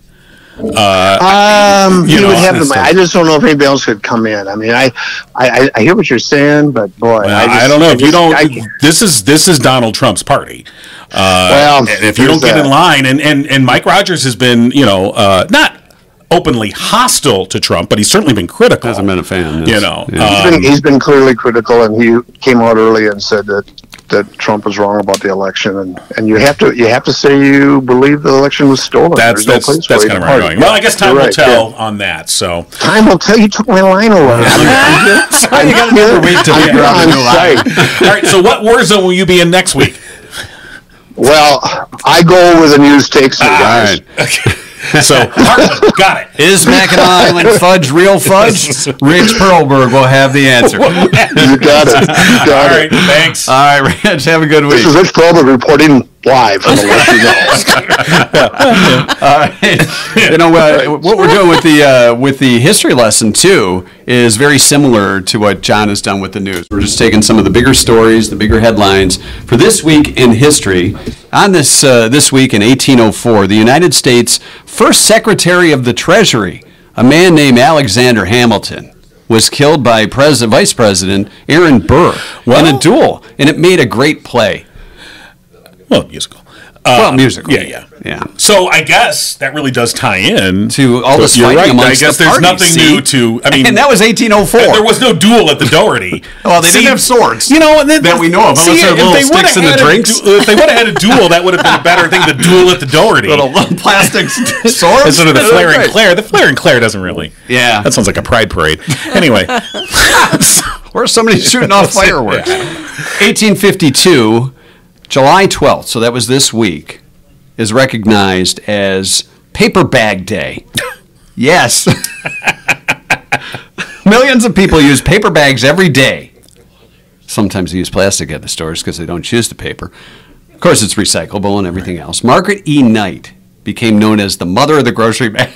Uh, Um, you you know, would have honest them. I just don't know if anybody else could come in. I mean, I, I, I- I hear what you're saying, but boy, I, just- don't know if you just- don't. I can't- this is this is Donald Trump's party. well, And if you don't there's get in that. line, and, and, and Mike Rogers has been, you know, uh, not openly hostile to Trump, but he's certainly been critical. Hasn't been a fan, You yes. know, Yeah. uh, he's been, he's been clearly critical, and he came out early and said that that Trump was wrong about the election, and, and you have to you have to say you believe the election was stolen. that's There's no that's, place that's for it. kind of where I'm going. Well, I guess time You're will right, tell yeah. on that. So Time will tell. You took my line away. Well, you gotta never wait till I'm you're on the new line. site. all right. So what war zone will you be in next week? Well, I go where the news takes me. All guys. right. So Heartland, got it. Is Mackinac Island fudge real fudge? Rich Perlberg will have the answer. All You got it. You All got right. it. Thanks. Uh, right, Rich, have a good week. This is Rich Goldberg reporting live. I'm gonna let you know. All right. you know uh, what we're doing with the uh, with the history lesson too is very similar to what John has done with the news. We're just taking some of the bigger stories, the bigger headlines for this week in history. On this uh, this week in 1804, the United States first Secretary of the Treasury, a man named Alexander Hamilton. Was killed by President, Vice President Aaron Burr in a duel, and it made a great play. Well, musical. well, musical. Uh, yeah, yeah. yeah. So I guess that really does tie in To all this You're fighting right. amongst I guess the there's parties, nothing see? new to. I mean, and that was 1804. There was no duel at the Doherty. Well, they didn't have swords. You know, and then, That we know of, unless See, they're if little they would've sticks in the had a drinks. du- if they would have had a duel, that would have been a better thing. The duel at the Doherty little, little plastic swords. instead of the That's Flair and right. Claire. The Flair and Claire doesn't really. Yeah. that sounds like a pride parade. Anyway, Or somebody shooting off fireworks. 1852, July 12th, so that was this week, is recognized as Paper Bag Day. Yes. Millions of people use paper bags every day. Sometimes they use plastic at the stores because they don't choose the paper. Of course, it's recyclable and everything else. Margaret E. Knight became known as the mother of the grocery bag.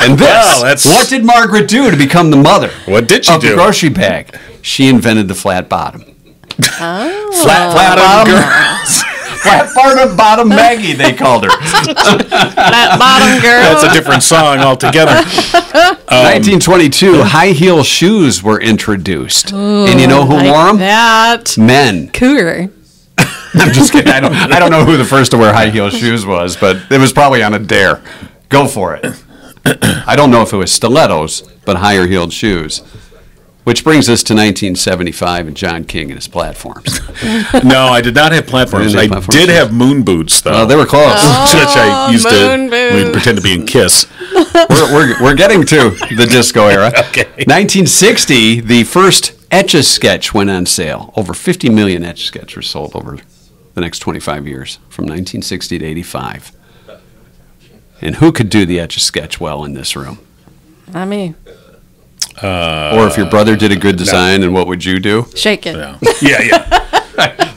and this, Wow, that's- what did Margaret do to become the mother? What did she of do? the grocery bag? She invented the flat bottom. Oh. flat, flat bottom. girls. Flat bottom, bottom Maggie, they called her. Um, That bottom girl. That's a different song altogether. 1922, high heel shoes were introduced, and you know who Like wore them? That Men. cougar. I'm just kidding. I don't. I don't know who the first to wear high heel shoes was, but it was probably on a dare. Go for it. I don't know if it was stilettos, but higher heeled shoes. Which brings us to 1975 and John King and his platforms. No, I did not have platforms. You I didn't have platforms. did have moon boots though. Uh, they were close. which Oh, I used moon to we'd boots. pretend to be in Kiss. we're, we're, we're getting to the disco era. Okay. 1960, the first Etch a Sketch went on sale. Over 50 million Etch a Sketch were sold over the next 25 years, from 1960 to 85. And who could do the Etch a Sketch well in this room? I mean, or if your brother did a good design, and what would you do? shake it. Yeah, yeah.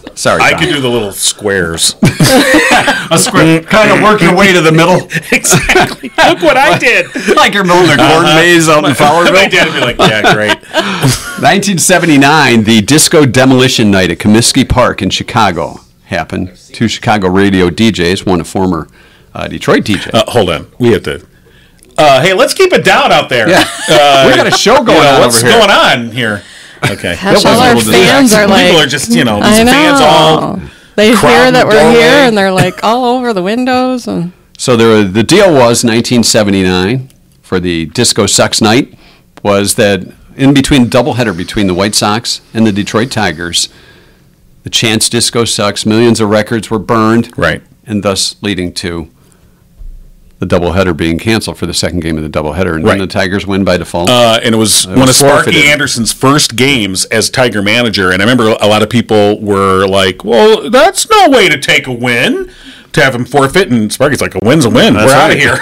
Sorry, I John. could do the little squares. Mm. a square. kind of work your way to the middle, exactly. Look what I did. like you're building a corn Uh-huh. maze out in My Fowlerville. dad would be like, yeah, great. 1979, the Disco Demolition Night at Comiskey Park in Chicago happened. Two Chicago radio DJs, one a former uh, Detroit DJ. Uh, hold on. We have to. Uh, hey, let's keep it down out there. yeah, Uh, we got a show going you know, on what's over here. going on here? Okay. Gosh, wasn't all our able to do that. fans are People like, are just, you know, these I know. fans all. they crowding hear that the we're doorway. here and they're like all over the windows and So there, the deal was 1979 for the Disco Sucks Night was that in between doubleheader between the White Sox and the Detroit Tigers, the chance Disco Sucks, millions of records were burned. Right. and thus leading to the doubleheader being canceled for the second game of the doubleheader. And Right. then the Tigers win by default. Uh, and it was one was of Sparky forfeited. Anderson's first games as Tiger manager. And I remember a lot of people were like, well, that's no way to take a win to have him forfeit. And Sparky's like, a win's a win. we're out right. of here.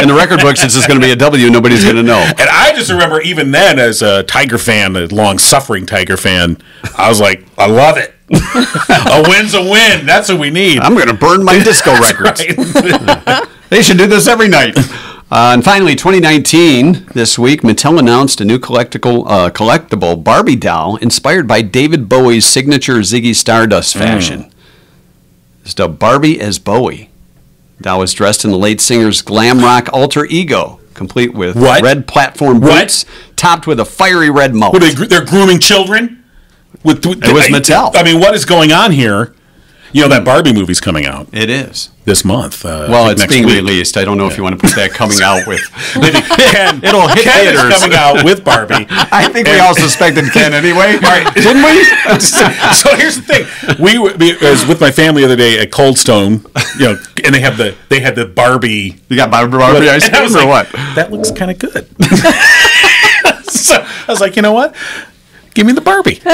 In the record books, it's just going to be a W. Nobody's going to know. And I just remember even then as a Tiger fan, a long suffering Tiger fan, I was like, I love it. a win's a win. That's what we need. I'm going to burn my disco records. They should do this every night. Uh, and finally, 2019, this week, Mattel announced a new collectible, uh, collectible Barbie doll inspired by David Bowie's signature Ziggy Stardust Hmm. fashion. It's dubbed Barbie as Bowie. Doll was dressed in the late singer's glam rock alter ego, complete with What? red platform What? boots, topped with a fiery red mouth. What, they, gr- they're grooming children? With, with, It was I- Mattel. I mean, what is going on here? You know, that Barbie movie's coming out It is. this month. Uh, I Well, think it's next being week. released. I don't know if you want to put that coming out with. Maybe Ken, It'll hit Ken is theaters. coming out with Barbie. I think we all suspected Ken anyway. Didn't we? so here's the thing: we were, we- I was with my family the other day at Cold Stone, you know, and they have the they had the Barbie You got Barbie, Barbie ice And I was cream or like, what? That looks kind of good. so I was like, you know what? Give me the Barbie.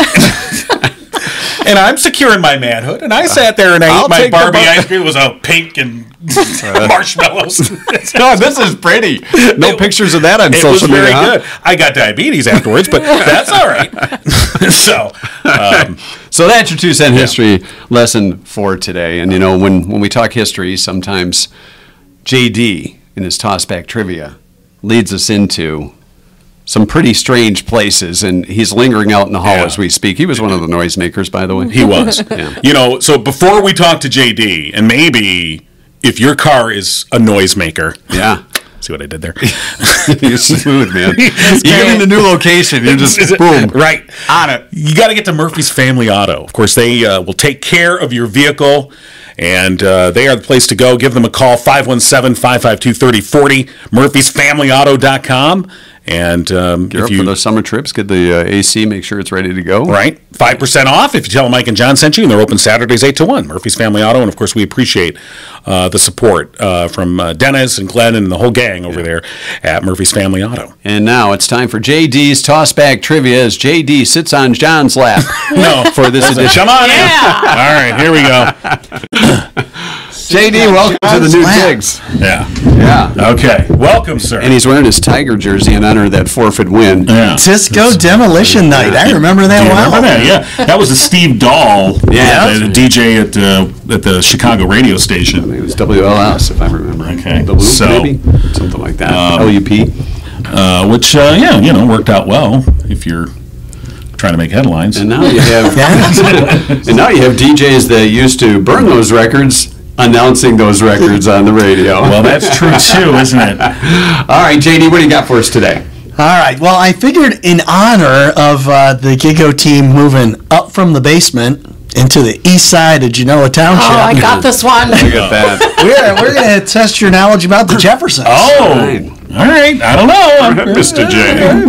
and I'm securing my manhood. And I sat there and I Uh, I'll ate my take the Uh, Barbie Bar- ice cream. It was all pink and marshmallows. No, this is pretty. No pictures of that on It social was media. very huh? good. I got diabetes afterwards, but that's all right. so, um, So that's your two cent history lesson for today. And you know, when, when we talk history, sometimes JD in his tossback trivia leads us into some pretty strange places, and he's lingering out in the hall Yeah. as we speak. He was one of the noisemakers, by the way. He was. Yeah. You know, so before we talk to JD, and maybe if your car is a noisemaker. Yeah. See what I did there? You're smooth, man. you give him great. the new location, you're just boom. right. On it. You got to get to Murphy's Family Auto. Of course, they uh, will take care of your vehicle, and uh, they are the place to go. Give them a call, 517 552 3040, murphysfamilyauto.com. And um, You're if up you. for those summer trips. Get the uh, AC, make sure it's ready to go. Right? 5% off if you tell them Mike and John sent you, and they're open Saturdays 8 to 1. Murphy's Family Auto. And of course, we appreciate uh, the support uh, from uh, Dennis and Glenn and the whole gang over there at Murphy's Family Auto. And now it's time for JD's tossback trivia as JD sits on John's lap No. for this edition. Oh, Come on in. All right, here we go. JD, welcome to the new digs. Yeah. Yeah. Okay. Welcome, sir. And he's wearing his Tiger jersey in honor of that forfeit win. yeah. Cisco Demolition Night. I remember that Do you well. remember that? Yeah, that was a Steve Dahl, Yeah. uh, the DJ at uh, at the Chicago radio station. It was WLS, if I'm remembering. Okay, The Loop, so- um, maybe? Something like that. LUP. Uh, which, uh, yeah, you know, worked out well if you're trying to make headlines. And now you have and now you have DJs that used to burn those records announcing those records on the radio. Well, that's true too, isn't it? All right, JD, what do you got for us today? All right. Well, I figured in honor of uh, the Gigo team moving up from the basement into the east side of Genoa Township, Oh, I got this one. Uh, Look at that. we're, we're going to test your knowledge about the Jeffersons. Oh, Right. all right. I don't know, Mr. J.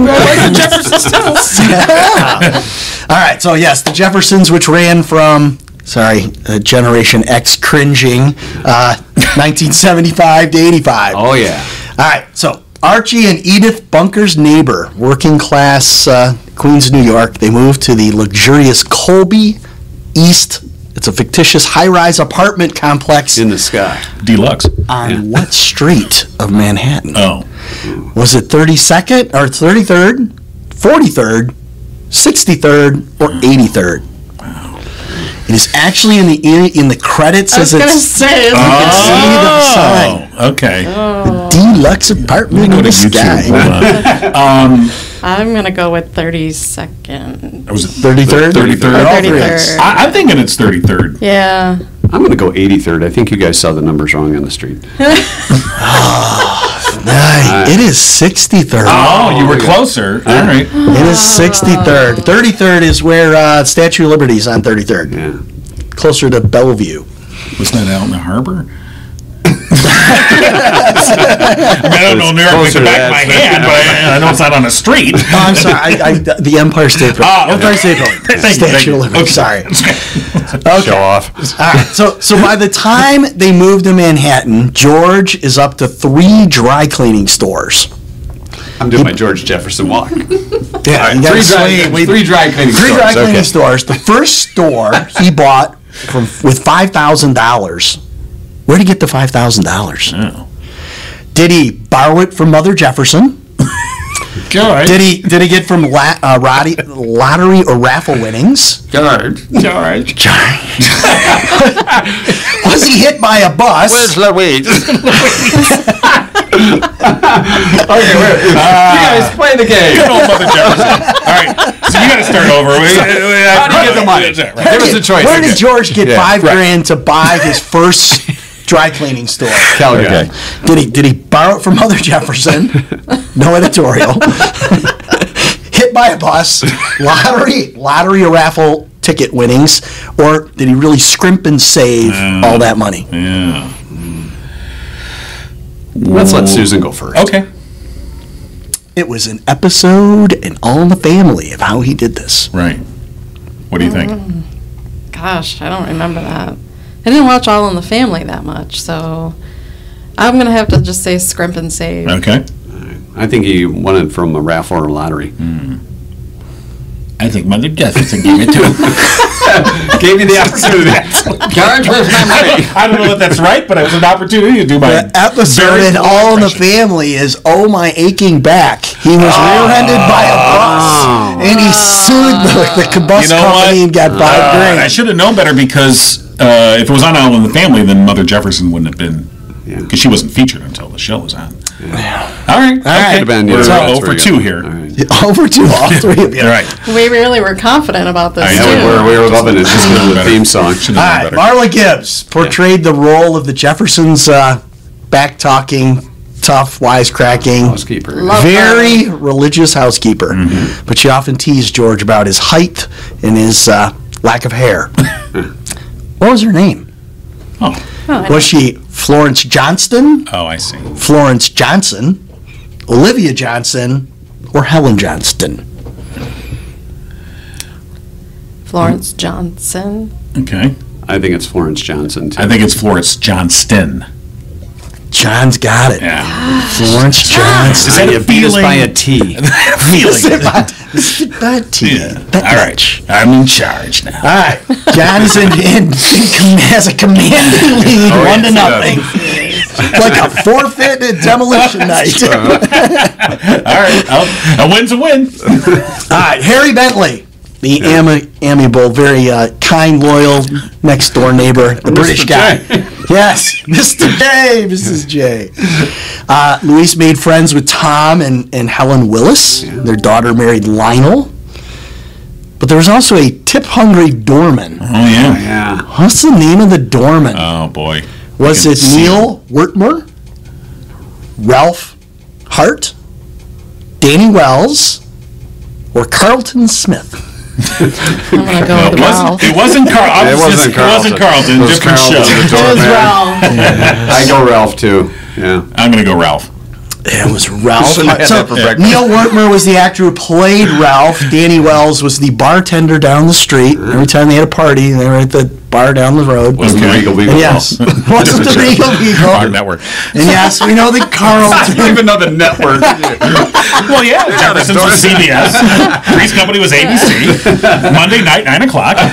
All right, so yes, the Jeffersons, which ran from, sorry, uh, Generation X cringing, uh, 1975 to 85. Oh yeah. All right, so Archie and Edith Bunker's neighbor, working class uh, Queens, New York, they moved to the luxurious Colby East. It's a fictitious high rise apartment complex In the sky. Deluxe. on what street of Manhattan? Oh, Was it 32nd or 33rd, 43rd, 63rd, or 83rd? Wow. It is actually in the in the credits I was as gonna it's say, it's Uh-huh. you can see the sign, oh, okay. deluxe apartment in the sky. Hold on. um, I'm gonna go with 30 second. I was it 33rd, 33rd? All three. 33rd. I, I'm thinking it's 33rd. Yeah. I'm going to go 83rd. I think you guys saw the numbers wrong on the street. Aye, It is 63rd. Oh, you were closer. All right. It is 63rd. 33rd is where uh, Statue of Liberty is on 33rd, Yeah. closer to Bellevue. Wasn't that out in the harbor? I, mean, I don't know New York like closer to the back that, of my but- hand, but I, I know it's not on a street. Oh, I'm sorry. I, I, the Empire State Building. Ah, okay. Empire State Building. Thank you, thank Statue you. of Liberty. Okay. Sorry. Show off. All right. So, so by the time they move to Manhattan, George is up to three dry cleaning stores. I'm doing my George Jefferson walk. Yeah, you gotta Three swing. dry, three dry cleaning Three stores. dry cleaning okay. stores. The first store he bought from with five thousand dollars. Where'd he get the five thousand dollars? Did he borrow it from Mother Jefferson? All right. Did he did he get from la- uh, roddy, lottery or raffle winnings? All right. Was he hit by a bus? you guys play the game. Good old Oh, Mother Jefferson. All right. So you got to start over. We, How do you get the money? There was a choice. Where did George get Yeah, five right. grand to buy his first dry cleaning store? Calgary. Okay. Did he did he borrow it from Mother Jefferson? No editorial. Hit by a bus, lottery, lottery or raffle ticket winnings, or did he really scrimp and save all that money? Yeah. Let's let Susan go first. Okay. It was an episode in All in the Family of how he did this. Right. What do you think? Gosh, I don't remember that. I didn't watch All in the Family that much, so I'm gonna have to just say scrimp and save. Okay. I think he won it from a raffle Mm. or a lottery. I think Mother Jefferson gave it to him. Gave you the opportunity. George, where's my money? I don't know if that's right, but it was an opportunity to do my The episode very in All in the impression. Family is "Oh my aching back." He was rear-ended by a Oh. bus, and he sued the, the bus You know company what? and got five Uh, grand. I should have known better because uh, if it was on All in the Family, then Mother Jefferson wouldn't have been because she wasn't featured until the show was on. All right, all right. right. Could've been, yeah. We're That's 0 for pretty 2 good. here. All All right. Over to all three of you. right. We really were confident about this, I Yeah, know, too. we were, we were loving it just because of the Better. theme song. Should've All known right, better. Marla Gibbs portrayed the role of the Jeffersons, uh, back talking, tough, wisecracking, Housekeeper. Love very religious housekeeper. Mm-hmm. But she often teased George about his height and his uh, lack of hair. what was her name? her. Was she Florence Johnston, Oh, I see. Florence Johnson, Olivia Johnson, or Helen Johnston? Florence Johnson. Okay. I think it's Florence Johnson, too. I think it's Florence Johnston. John's got it. Yeah. Florence Johnson. Is that You a beat us feeling? by a T. feeling. Betty. Yeah. Betty. All right. I'm in charge now. All right, John is in, in, in com- has a commanding lead, Oh, one to yes, nothing, like a forfeit at demolition night. All All right. I'll- a win's a win. right, Harry Bentley, the ami- amiable, very uh, kind, loyal next door neighbor, the British guy. Yes, Mr. J, Mrs. J. Uh, Luis made friends with Tom and, and Helen Willis. Their daughter married Lionel. But there was also a tip-hungry doorman. Oh, yeah. Yeah. What's the name of the doorman? Oh, boy. Was can it see Neil Wertmer, Ralph Hart, Danny Wells, or Carlton Smith? I'm going to go No, with it, wasn't, Ralph. it wasn't Carl. It wasn't Carlton. It It wasn't Carlton. was different Carlton, the show. door man. Ralph. I go Ralph, too. Yeah. I'm going to go Ralph. It was Ralph. Should've Hart. had So that for breakfast. Neil Wertmer was the actor who played Ralph. Danny Wells was the bartender down the street. Every time they had a party, they were at the bar down the road. Wasn't the Okay. Regal Beagle. and yes, wasn't the Different Regal show. Our Beagle? network. And yes, we know that Carlton. Even though the network. Well, yeah, Jefferson's was CBS. Three's Company was ABC. Monday night, 9 o'clock. Oh,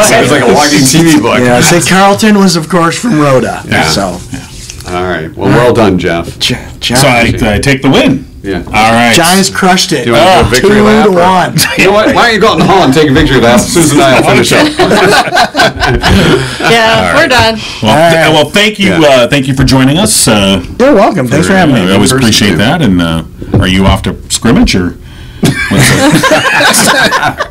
It's like a walking TV book. Yeah, say Carlton was of course from Rhoda. Yeah. So, All right. Well, well done, Jeff. J- John, So I, I take the win. Yeah. All right. John has crushed it. Do you want to do a Two victory lap? to or- one. You know what? Why don't you go out in the hall and take a victory lap? Susan and I will finish up. Yeah, we're done. Well, th- well thank you. Yeah. Uh, thank you for joining us. Uh, You're welcome. Thanks for having me. I always Person, appreciate too. that. And uh, are you off to scrimmage or? what's that?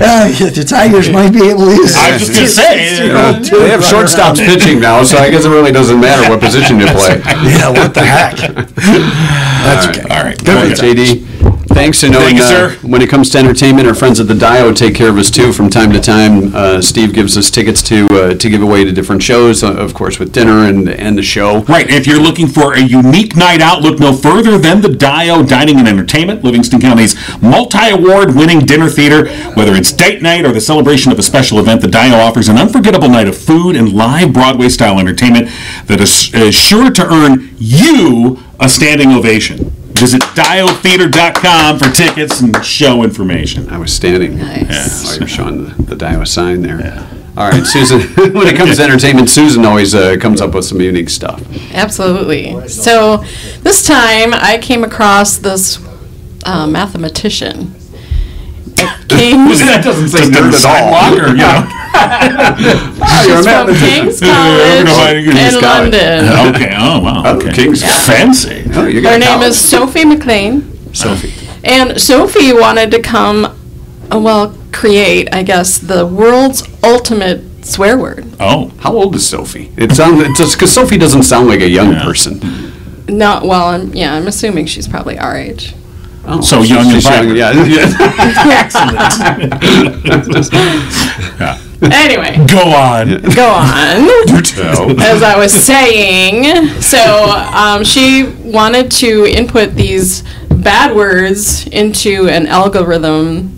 Uh, the Tigers might be able to use I was just gonna say. uh, They have shortstops pitching now, so I guess it really doesn't matter what position you play. Yeah, what the heck? That's okay. all right. All right, Okay. JD. Thanks, and knowing, Thank you, uh, sir. when it comes to entertainment, our friends at the Dio take care of us too. From time to time, uh, Steve gives us tickets to uh, to give away to different shows, uh, of course, with dinner and and the show. Right, if you're looking for a unique night out, look no further than the Dio Dining and Entertainment, Livingston County's multi award winning dinner theater. Whether it's date night or the celebration of a special event, the Dio offers an unforgettable night of food and live Broadway style entertainment that is, is sure to earn you a standing ovation. Visit diotheater.com for tickets and show information. I was standing. Nice. While you were showing the, the Dio sign there. All right, Susan. when it comes to entertainment, Susan always uh, comes up with some unique stuff. Absolutely. So this time I came across this uh, mathematician. It came That doesn't say nerd at all. Or, you know. You're Oh, a Oh, from King's College King's in College. London. okay, oh wow. Okay. King's- Fancy. Oh, you got Her name college. is Sophie McLean. Sophie. And Sophie wanted to come, uh, well, create, I guess, the world's ultimate swear word. Oh. How old is Sophie? It sounds it's just because Sophie doesn't sound like a young person. Not well, I'm, yeah, I'm assuming she's probably our age. Oh, So young and she's vibrant. Yeah, yeah. Anyway, Go on. go on. You tell. as I was saying. So um, she wanted to input these bad words into an algorithm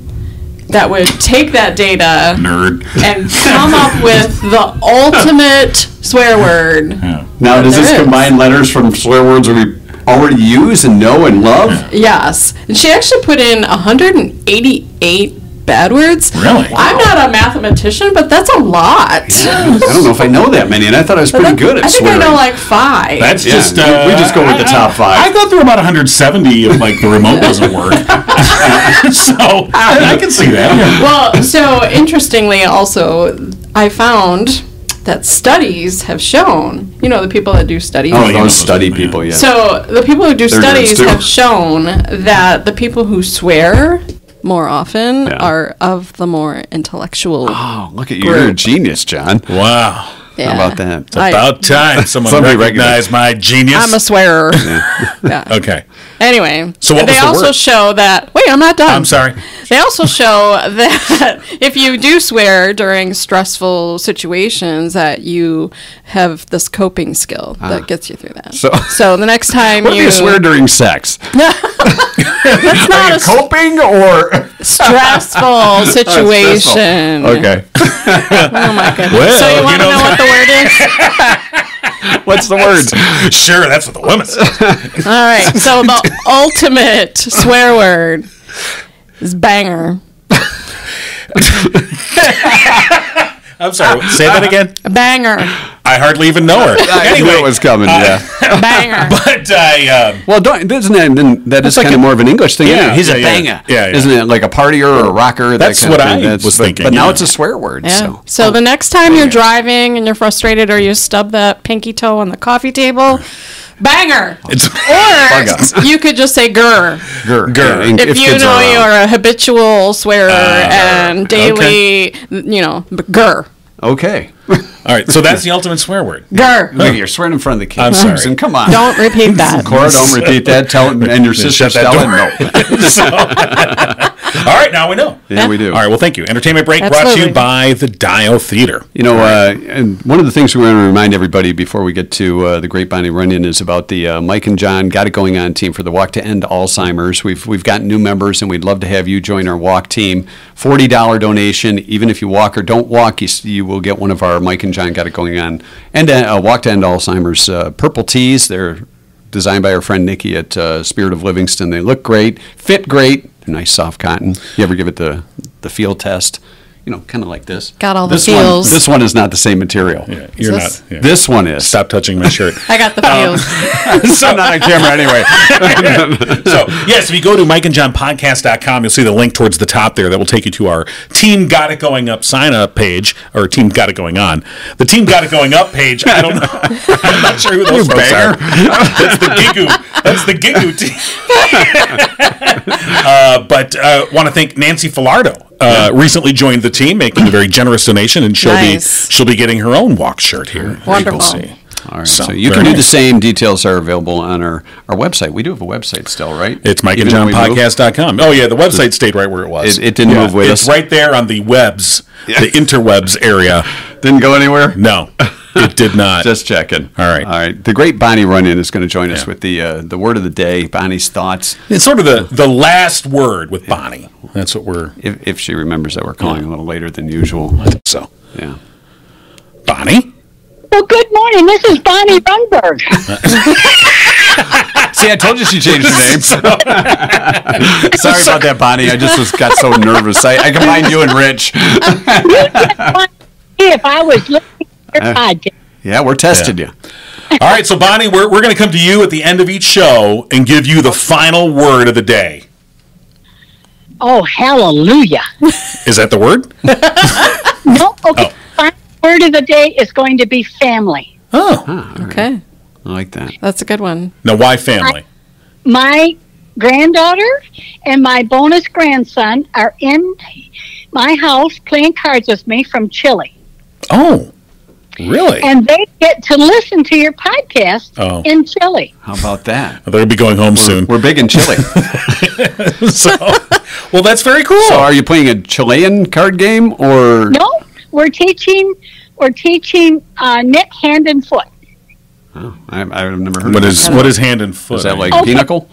that would take that data Nerd. and come up with the ultimate swear word. Yeah. Now, does There this is. combine letters from swear words we already use and know and love? Yes. And she actually put in 188 bad words. Really? I'm not a mathematician, but that's a lot. I don't know if I know that many, and I thought I was pretty good at I think I swearing. know like five. That's Yeah, just we- uh, we just go with the I- top five. I, I go through about 170 if like the remote doesn't work. so I, I can see that. well, so interestingly, also, I found that studies have shown, you know, the people that do studies. Oh, Those you know those study people, yeah. people, yeah. So the people who do They're nerds, studies too. have shown that the people who swear more often Yeah. are of the more intellectual. oh, look at you. You're a Group. genius, John. Wow. How Yeah. about that? I- time someone Somebody recognized my genius. I'm a swearer. Yeah. okay. Anyway, So what they was the also word? show that. Wait, I'm not done. I'm sorry. They also show that if you do swear during stressful situations, that you have this coping skill that gets you through that. So, the next time What if you, you swear during sex? that's not a s- Coping or stressful situation. okay? Oh my goodness. Well, so you you want to know- know, what the word is? What's the words? Sure, that's what the women say. All right. So the ultimate swear word is banger. I'm sorry. Ah. Say that again. Banger. I hardly even know her. I knew anyway, it was coming. yeah. Banger. but I um, uh, Well, don't, isn't that then that is like kind of more of an English thing? Yeah, isn't it? he's yeah, a yeah. banger. Yeah, yeah. Isn't it like a partier or a rocker? that That's kind of what thing? I was but- thinking, But now yeah. it's a swear word. Yeah. So. oh, So the next time you're driving and you're frustrated or you stub that pinky toe on the coffee table, banger. it's Or you could just say gur. Grr. Grr. Yeah, and If, you kids know are uh, around. you're a habitual swearer and daily, you know, b- gur. okay. all right. So that's the ultimate swear word. Gur. Look, you're swearing in front of the kids. I'm sorry. Susan, Come on. Don't repeat that. Cora, don't repeat that. Tell it, and your sister Shut that Stella. door. No. So- all right, now we know. Yeah, we do. All right. Well, thank you. Entertainment break brought to Absolutely. you by the Dio Theater. You know, uh, and one of the things we want to remind everybody before we get to uh, the Great Bonnie Runyon is about the uh, Mike and John Got It Going On team for the Walk to End Alzheimer's. We've we've got new members, and we'd love to have you join our walk team. Forty dollar donation, even if you walk or don't walk, you, s- you will get one of our Mike and John Got It Going On and uh, Walk to End Alzheimer's uh, purple tees. They're designed by our friend Nikki at uh, Spirit of Livingston. They look great, fit great, nice soft cotton. You ever give it the the feel test? You know, kind of like this. Got all the This feels. One, this one is not the same material. You're this- not. yeah. This one is. Stop touching my shirt. I got Um, the feels. I'm not on camera anyway. so yes, if you go to mikeandjohnpodcast.com, you'll see the link towards the top there that will take you to our Team Got It Going Up sign up page or Team Got It Going On. The Team Got It Going Up page, I don't know. I'm not sure who those folks are. That's the Gigu. That's the Gigu team. Uh, but uh, want to thank Nancy Filardo. Uh, Recently joined the team, making a very generous donation, and she'll Nice. be she'll be getting her own walk shirt here. as you can Wonderful. see. All right. So, you very can do nice. the same. Details are available on our, our website. We do have a website still, right? It's Mike Even though and we John moved? Podcast.com. Oh, yeah, the website stayed right where it was. It- it didn't move with it's us. right there on the webs, the interwebs area. Didn't go anywhere. No, it did not. Just checking. All right. All right. The great Bonnie Runyon is going to join us Yeah. with the uh, the word of the day, Bonnie's thoughts, it's sort of the, the last word with Bonnie. That's what we're. if, if she remembers that we're calling a little later than usual. So, Yeah. Bonnie? Well, good morning. This is Bonnie Runberg. See, I told you she changed her name. Sorry about that, Bonnie. I just was, got so nervous. I, I combined you and Rich. if I was listening to your podcast, Yeah, we're testing Yeah. you. All right, so Bonnie, we're, we're going to come to you at the end of each show and give you the final word of the day. oh, hallelujah. Is that the word? No, okay. Final word of the day is going to be family. Oh. Okay. I like that. That's a good one. Now, why family? My granddaughter and my bonus grandson are in my house playing cards with me from Chile. Oh, really? And they get to listen to your podcast Oh. in Chile. How about that? They'll be going home soon. We're big in Chile. so, well, that's very cool. So are you playing a Chilean card game or No, we're teaching we're teaching uh, knit hand and foot. I, I've never heard What of is that. what is hand and foot? Is that like Okay. pinnacle?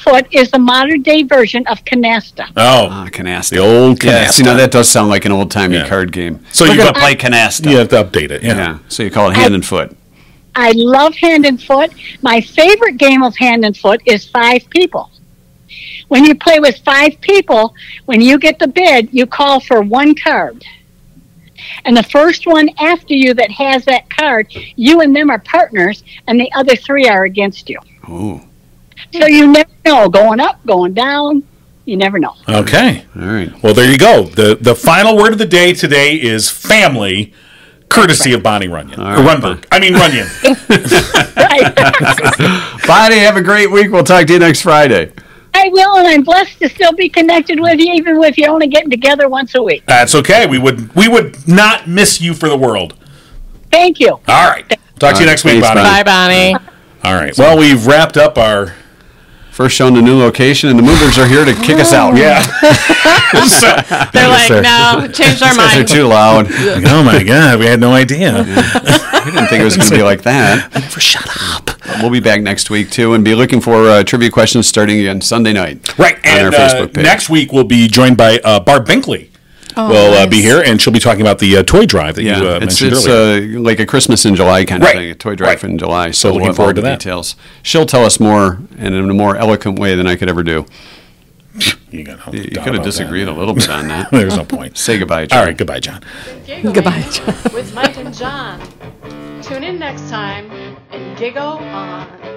Foot is the modern day version of canasta. Oh, Ah, canasta. The old Yeah, see, now canasta. that does sound like an old timey Yeah. card game. So We're you gonna got- play canasta. you have to update it. Yeah. Yeah, So you call it hand and foot. I love hand and foot. My favorite game of hand and foot is five people. When you play with five people, when you get the bid, you call for one card. And the first one after you that has that card, you and them are partners, and the other three are against you. Oh, So you never know, going up, going down, you never know. Okay. all right. Well, there you go. The the final word of the day today is family, courtesy of Bonnie Runyon. right. Or Runberg. I mean Runyon. Right. Bonnie, have a great week. We'll talk to you next Friday. I will, and I'm blessed to still be connected with you, even if you're only getting together once a week. That's okay. We would we would not miss you for the world. Thank you. All right. Talk to right. you next week, Thanks, Bonnie. Bonnie. Bye, Bonnie. All right. Well, we've wrapped up our First shown the new location, and the movers are here to kick us out. yeah. So- They're like, sir. no, changed our They're mind. too loud. I oh my God, we had no idea. didn't think it was going to be like that. shut up. We'll be back next week too, and be looking for uh, trivia questions starting on Sunday night. Right. on And our uh, Facebook page. next week we'll be joined by uh, Barb Binkley. will uh, be nice. here, and she'll be talking about the uh, toy drive that Yeah, you uh, it's, mentioned it's earlier. uh, like a Christmas in July kind Right, of thing, a toy drive right. in July. So, looking we'll have all forward to the that. details. She'll tell us more and in a more eloquent way than I could ever do. you got You could have disagreed a little bit on that. There's no point. Say goodbye. John. All right, goodbye, John. Goodbye, John. With Mike and John. Tune in next time and giggle on.